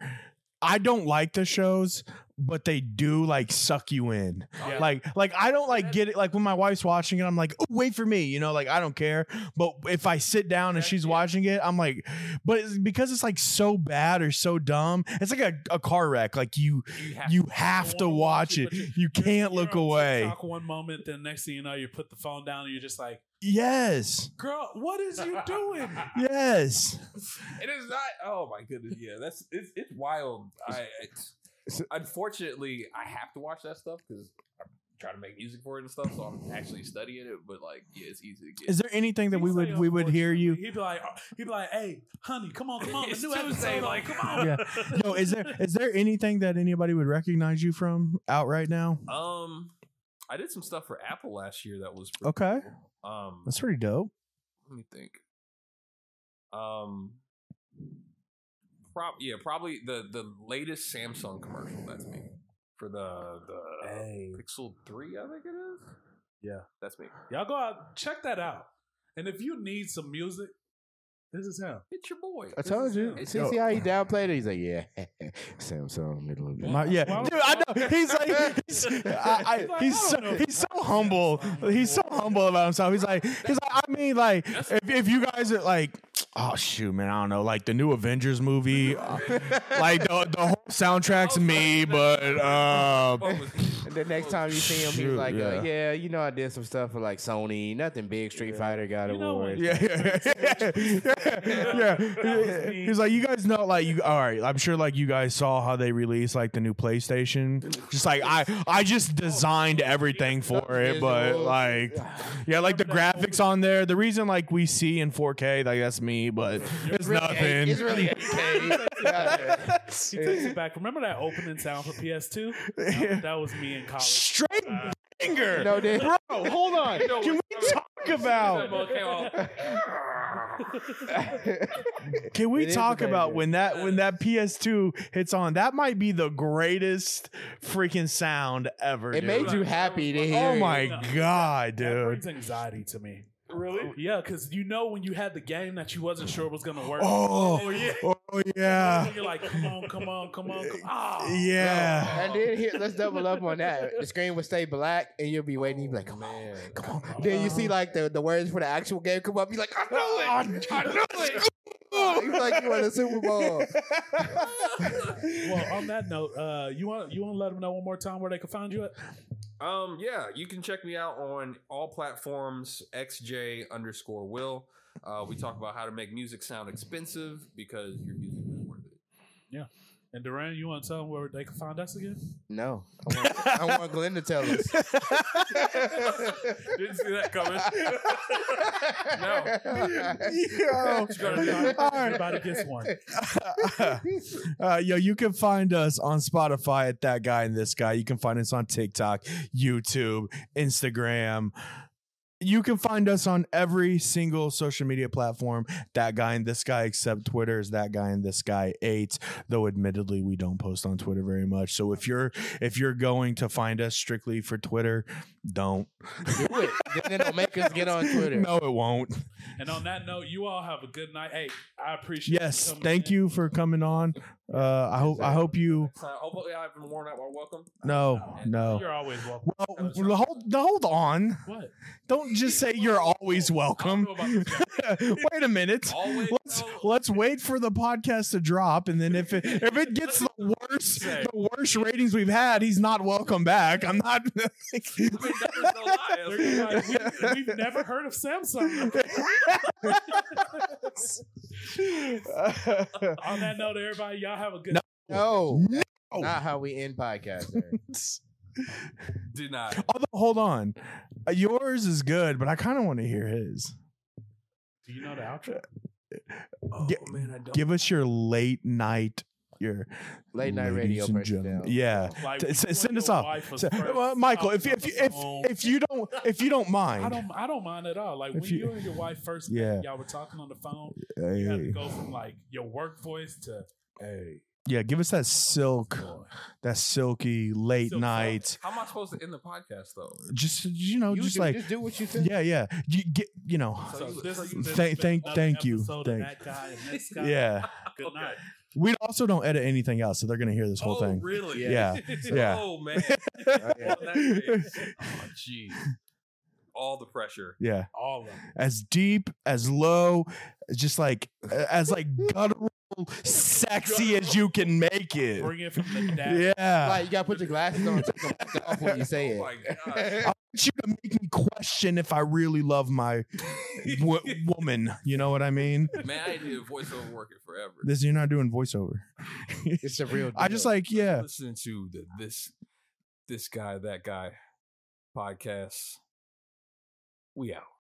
[SPEAKER 1] i don't like the shows but they do like suck you in
[SPEAKER 2] Yeah.
[SPEAKER 1] Like, like I don't like get it. Like when my wife's watching it, I'm like, oh, wait for me, you know. Like I don't care. But if I sit down and
[SPEAKER 4] Yeah,
[SPEAKER 1] she's
[SPEAKER 4] yeah.
[SPEAKER 1] watching it, I'm like, but it's because it's like so bad or so dumb. It's like a, a car wreck. Like you,
[SPEAKER 4] Oh, you have
[SPEAKER 1] you have to watch it.
[SPEAKER 2] but you-
[SPEAKER 1] You can't
[SPEAKER 2] you're
[SPEAKER 1] look
[SPEAKER 2] on
[SPEAKER 1] away.
[SPEAKER 2] TikTok one moment, then next thing you know, you put the phone down and you're just like,
[SPEAKER 1] Yes,
[SPEAKER 2] "Girl, what is you doing?"
[SPEAKER 1] yes.
[SPEAKER 4] It is not. Oh my goodness. Yeah, that's it's it's wild. I it's, unfortunately I have to watch that stuff because try to make music for it and stuff. So I'm actually studying it, but like, yeah, it's easy to get.
[SPEAKER 1] Is there anything that we would we would hear you?
[SPEAKER 2] He'd be like, "Oh," he'd be like, "Hey, honey, come on, come on, the
[SPEAKER 4] It's
[SPEAKER 2] new
[SPEAKER 4] Tuesday,
[SPEAKER 2] episode, like,
[SPEAKER 4] like-
[SPEAKER 2] come on."
[SPEAKER 1] Yeah. No, is there is there anything that anybody would recognize you from out right now?
[SPEAKER 4] um, I did some stuff for Apple last year that was pretty
[SPEAKER 1] Okay,
[SPEAKER 4] cool. Um,
[SPEAKER 1] that's pretty dope.
[SPEAKER 4] let me think. Um, prob yeah, probably the the latest Samsung commercial. That's me for the the uh,
[SPEAKER 2] Hey,
[SPEAKER 4] Pixel Three. I think it is.
[SPEAKER 2] Yeah.
[SPEAKER 4] that's me.
[SPEAKER 2] y'all go out, check that out, and if you need some music, this is him.
[SPEAKER 4] It's your boy.
[SPEAKER 3] I
[SPEAKER 4] This
[SPEAKER 3] told
[SPEAKER 4] is
[SPEAKER 3] you.
[SPEAKER 4] him. It's
[SPEAKER 3] See,
[SPEAKER 4] your-
[SPEAKER 3] see how he downplayed it? He's like, yeah, Samsung, middle of the
[SPEAKER 1] My- yeah,
[SPEAKER 2] Why would-
[SPEAKER 1] dude, I know. He's like, he's, I, I, he's
[SPEAKER 2] oh.
[SPEAKER 1] so he's so humble. He's so humble about himself. He's like, he's like, I mean, like, if, if you guys are like, oh shoot, man, I don't know, like the new Avengers movie, uh, like the the whole
[SPEAKER 2] Oh,
[SPEAKER 1] soundtrack's me, but um,
[SPEAKER 4] What was-
[SPEAKER 3] The next time you see him,
[SPEAKER 1] Shoot,
[SPEAKER 3] he's like, yeah.
[SPEAKER 1] yeah.
[SPEAKER 3] Uh, yeah, you know, I did some stuff for like Sony. Nothing big. Street Fighter got
[SPEAKER 2] You know what?
[SPEAKER 3] award.
[SPEAKER 1] Yeah, yeah, yeah, yeah, yeah. He's like, you guys know, like, you all right? I'm sure, like, you guys saw how they released like the new PlayStation. Just like I, I just designed everything for it, but like, yeah, like the graphics on there. The reason, like, we see in 4K, like that's me, but it's nothing.
[SPEAKER 3] It's really 8K. Yeah.
[SPEAKER 2] He
[SPEAKER 1] Eh.
[SPEAKER 2] takes it back. Remember that opening sound for PS2? That, that was me in college.
[SPEAKER 1] Straight finger.
[SPEAKER 3] no, dude.
[SPEAKER 1] Bro, hold on.
[SPEAKER 4] You know
[SPEAKER 1] Can we
[SPEAKER 4] what's
[SPEAKER 1] talk
[SPEAKER 4] That
[SPEAKER 1] about?
[SPEAKER 4] mug came out.
[SPEAKER 1] Can we
[SPEAKER 3] It is
[SPEAKER 1] talk
[SPEAKER 3] a
[SPEAKER 1] about
[SPEAKER 3] banger.
[SPEAKER 1] when that when that PS2 hits on? That might be the greatest freaking sound ever.
[SPEAKER 3] it
[SPEAKER 1] dude.
[SPEAKER 3] made you happy to hear.
[SPEAKER 1] Oh
[SPEAKER 3] it.
[SPEAKER 1] my
[SPEAKER 2] No.
[SPEAKER 1] god,
[SPEAKER 2] That
[SPEAKER 1] dude.
[SPEAKER 2] brings anxiety to me. Oh,
[SPEAKER 4] Really?
[SPEAKER 2] Yeah, because you know when you had the game that you wasn't sure was gonna work.
[SPEAKER 1] Oh,
[SPEAKER 2] Oh, yeah.
[SPEAKER 1] oh yeah.
[SPEAKER 2] And you're like, come on, come on, come on, come Ah. on.
[SPEAKER 1] Yeah.
[SPEAKER 3] And then here, let's double up on that. The screen would stay black, and you'll be waiting. You'll be like, "Come on, come on." Then you see like the, the words for the actual game come up. You're like, "I know it, I know it." It's like you won the Super Bowl.
[SPEAKER 2] Well, on that note, uh, you want you want to let them know one more time where they can find you at?
[SPEAKER 4] Um, yeah, you can check me out on all platforms xj underscore will. Uh, we talk about how to make music sound expensive because your music is worth it.
[SPEAKER 2] And Duran, you want to tell them where they can find us again?
[SPEAKER 3] No, I want, I want Glenn to tell us.
[SPEAKER 4] Didn't see that coming.
[SPEAKER 1] Yo. All right.
[SPEAKER 2] Everybody gets one.
[SPEAKER 1] Uh, yo, you can find us on Spotify at that guy and this guy. You can find us on TikTok, YouTube, Instagram. You can find us on every single social media platform. That guy and this guy, except Twitter, is that guy and this guy eight. Though, admittedly, we don't post on Twitter very much. So if you're if you're going to find us strictly for Twitter, don't.
[SPEAKER 3] Do it. Then it'll make us get on Twitter.
[SPEAKER 1] No, it won't.
[SPEAKER 2] And on that note, you all have a good night. Hey, I appreciate. you
[SPEAKER 1] Yes,
[SPEAKER 2] coming
[SPEAKER 1] thank
[SPEAKER 2] in.
[SPEAKER 1] you for coming on. Uh, I hope I hope you.
[SPEAKER 4] So hopefully, I've been worn out. Well, welcome.
[SPEAKER 1] No, no.
[SPEAKER 2] You're always welcome.
[SPEAKER 1] Well, well, hold, hold on.
[SPEAKER 2] What?
[SPEAKER 1] Don't just say you're always
[SPEAKER 2] I don't
[SPEAKER 1] welcome.
[SPEAKER 2] know about this.
[SPEAKER 1] wait a minute.
[SPEAKER 4] Always.
[SPEAKER 1] Let's
[SPEAKER 4] know-
[SPEAKER 1] let's wait for the podcast to drop, and then if it if it gets the worst the worst ratings we've had, he's not welcome back. I'm not.
[SPEAKER 4] I mean, that is no lie.
[SPEAKER 2] They're gonna be like, we, we've never heard of Samsung. On that note, everybody, y'all have a good.
[SPEAKER 3] No,
[SPEAKER 1] No. Oh.
[SPEAKER 3] not how we end podcasts. Eric.
[SPEAKER 4] Did not.
[SPEAKER 1] Although, hold on, Uh, yours is good, but I kind of want to hear his.
[SPEAKER 2] Do you know the outro?
[SPEAKER 4] Oh,
[SPEAKER 1] Gi-
[SPEAKER 4] man, I don't.
[SPEAKER 1] Give us your late night. Your
[SPEAKER 3] Late night
[SPEAKER 1] ladies
[SPEAKER 3] radio
[SPEAKER 1] and
[SPEAKER 3] person.
[SPEAKER 1] gentlemen.
[SPEAKER 3] down.
[SPEAKER 1] Yeah.
[SPEAKER 2] Like,
[SPEAKER 1] T-
[SPEAKER 2] when
[SPEAKER 1] s-
[SPEAKER 2] your
[SPEAKER 1] send us off.
[SPEAKER 2] wife was
[SPEAKER 1] So,
[SPEAKER 2] first
[SPEAKER 1] well, Michael, if
[SPEAKER 2] talking
[SPEAKER 1] if
[SPEAKER 2] on
[SPEAKER 1] you,
[SPEAKER 2] the
[SPEAKER 1] if
[SPEAKER 2] phone,
[SPEAKER 1] if you don't if you don't mind,
[SPEAKER 2] I don't, I don't mind at all. Like
[SPEAKER 1] If
[SPEAKER 2] when
[SPEAKER 1] you-
[SPEAKER 2] you, and your wife first
[SPEAKER 1] Yeah.
[SPEAKER 2] met, y'all were talking on the phone. You had to
[SPEAKER 1] Hey.
[SPEAKER 2] go from like your work voice to hey,
[SPEAKER 1] yeah, give us that silk,
[SPEAKER 2] Oh, boy.
[SPEAKER 1] that silky late
[SPEAKER 2] Silk
[SPEAKER 1] night.
[SPEAKER 4] How am I supposed to end the podcast though?
[SPEAKER 1] Just you know,
[SPEAKER 3] You
[SPEAKER 1] just
[SPEAKER 3] do-
[SPEAKER 1] like
[SPEAKER 3] just do what you feel.
[SPEAKER 1] yeah, yeah. You get you know,
[SPEAKER 2] So
[SPEAKER 4] you-
[SPEAKER 2] this
[SPEAKER 4] so
[SPEAKER 2] is
[SPEAKER 4] you-
[SPEAKER 2] this
[SPEAKER 1] Thank-
[SPEAKER 2] has been
[SPEAKER 1] thank-
[SPEAKER 2] another
[SPEAKER 1] thank you.
[SPEAKER 2] episode of
[SPEAKER 1] Thank-
[SPEAKER 2] That guy and this guy.
[SPEAKER 1] yeah.
[SPEAKER 2] Good night.
[SPEAKER 1] We also don't edit anything out, so they're gonna hear this whole
[SPEAKER 4] oh,
[SPEAKER 1] thing.
[SPEAKER 4] really?
[SPEAKER 1] Yeah, yeah.
[SPEAKER 4] Oh man.
[SPEAKER 3] yeah.
[SPEAKER 4] Well, that's it. oh, jeez. All the pressure.
[SPEAKER 1] Yeah,
[SPEAKER 2] All of them.
[SPEAKER 1] as deep as low, just like as like guttural, sexy as you can make it.
[SPEAKER 2] Bring it from the dad.
[SPEAKER 1] Yeah,
[SPEAKER 3] Like you gotta put your glasses on, and take them off when you say
[SPEAKER 4] Oh
[SPEAKER 3] it.
[SPEAKER 4] my god.
[SPEAKER 1] I want you to make me question if I really love my w- woman. You know what I mean?
[SPEAKER 4] Man, I did voiceover working forever.
[SPEAKER 1] This you're not doing voiceover.
[SPEAKER 3] It's a real.
[SPEAKER 1] I just
[SPEAKER 3] deal.
[SPEAKER 1] like yeah.
[SPEAKER 4] Listen to the, this this guy, that guy. podcasts. We out.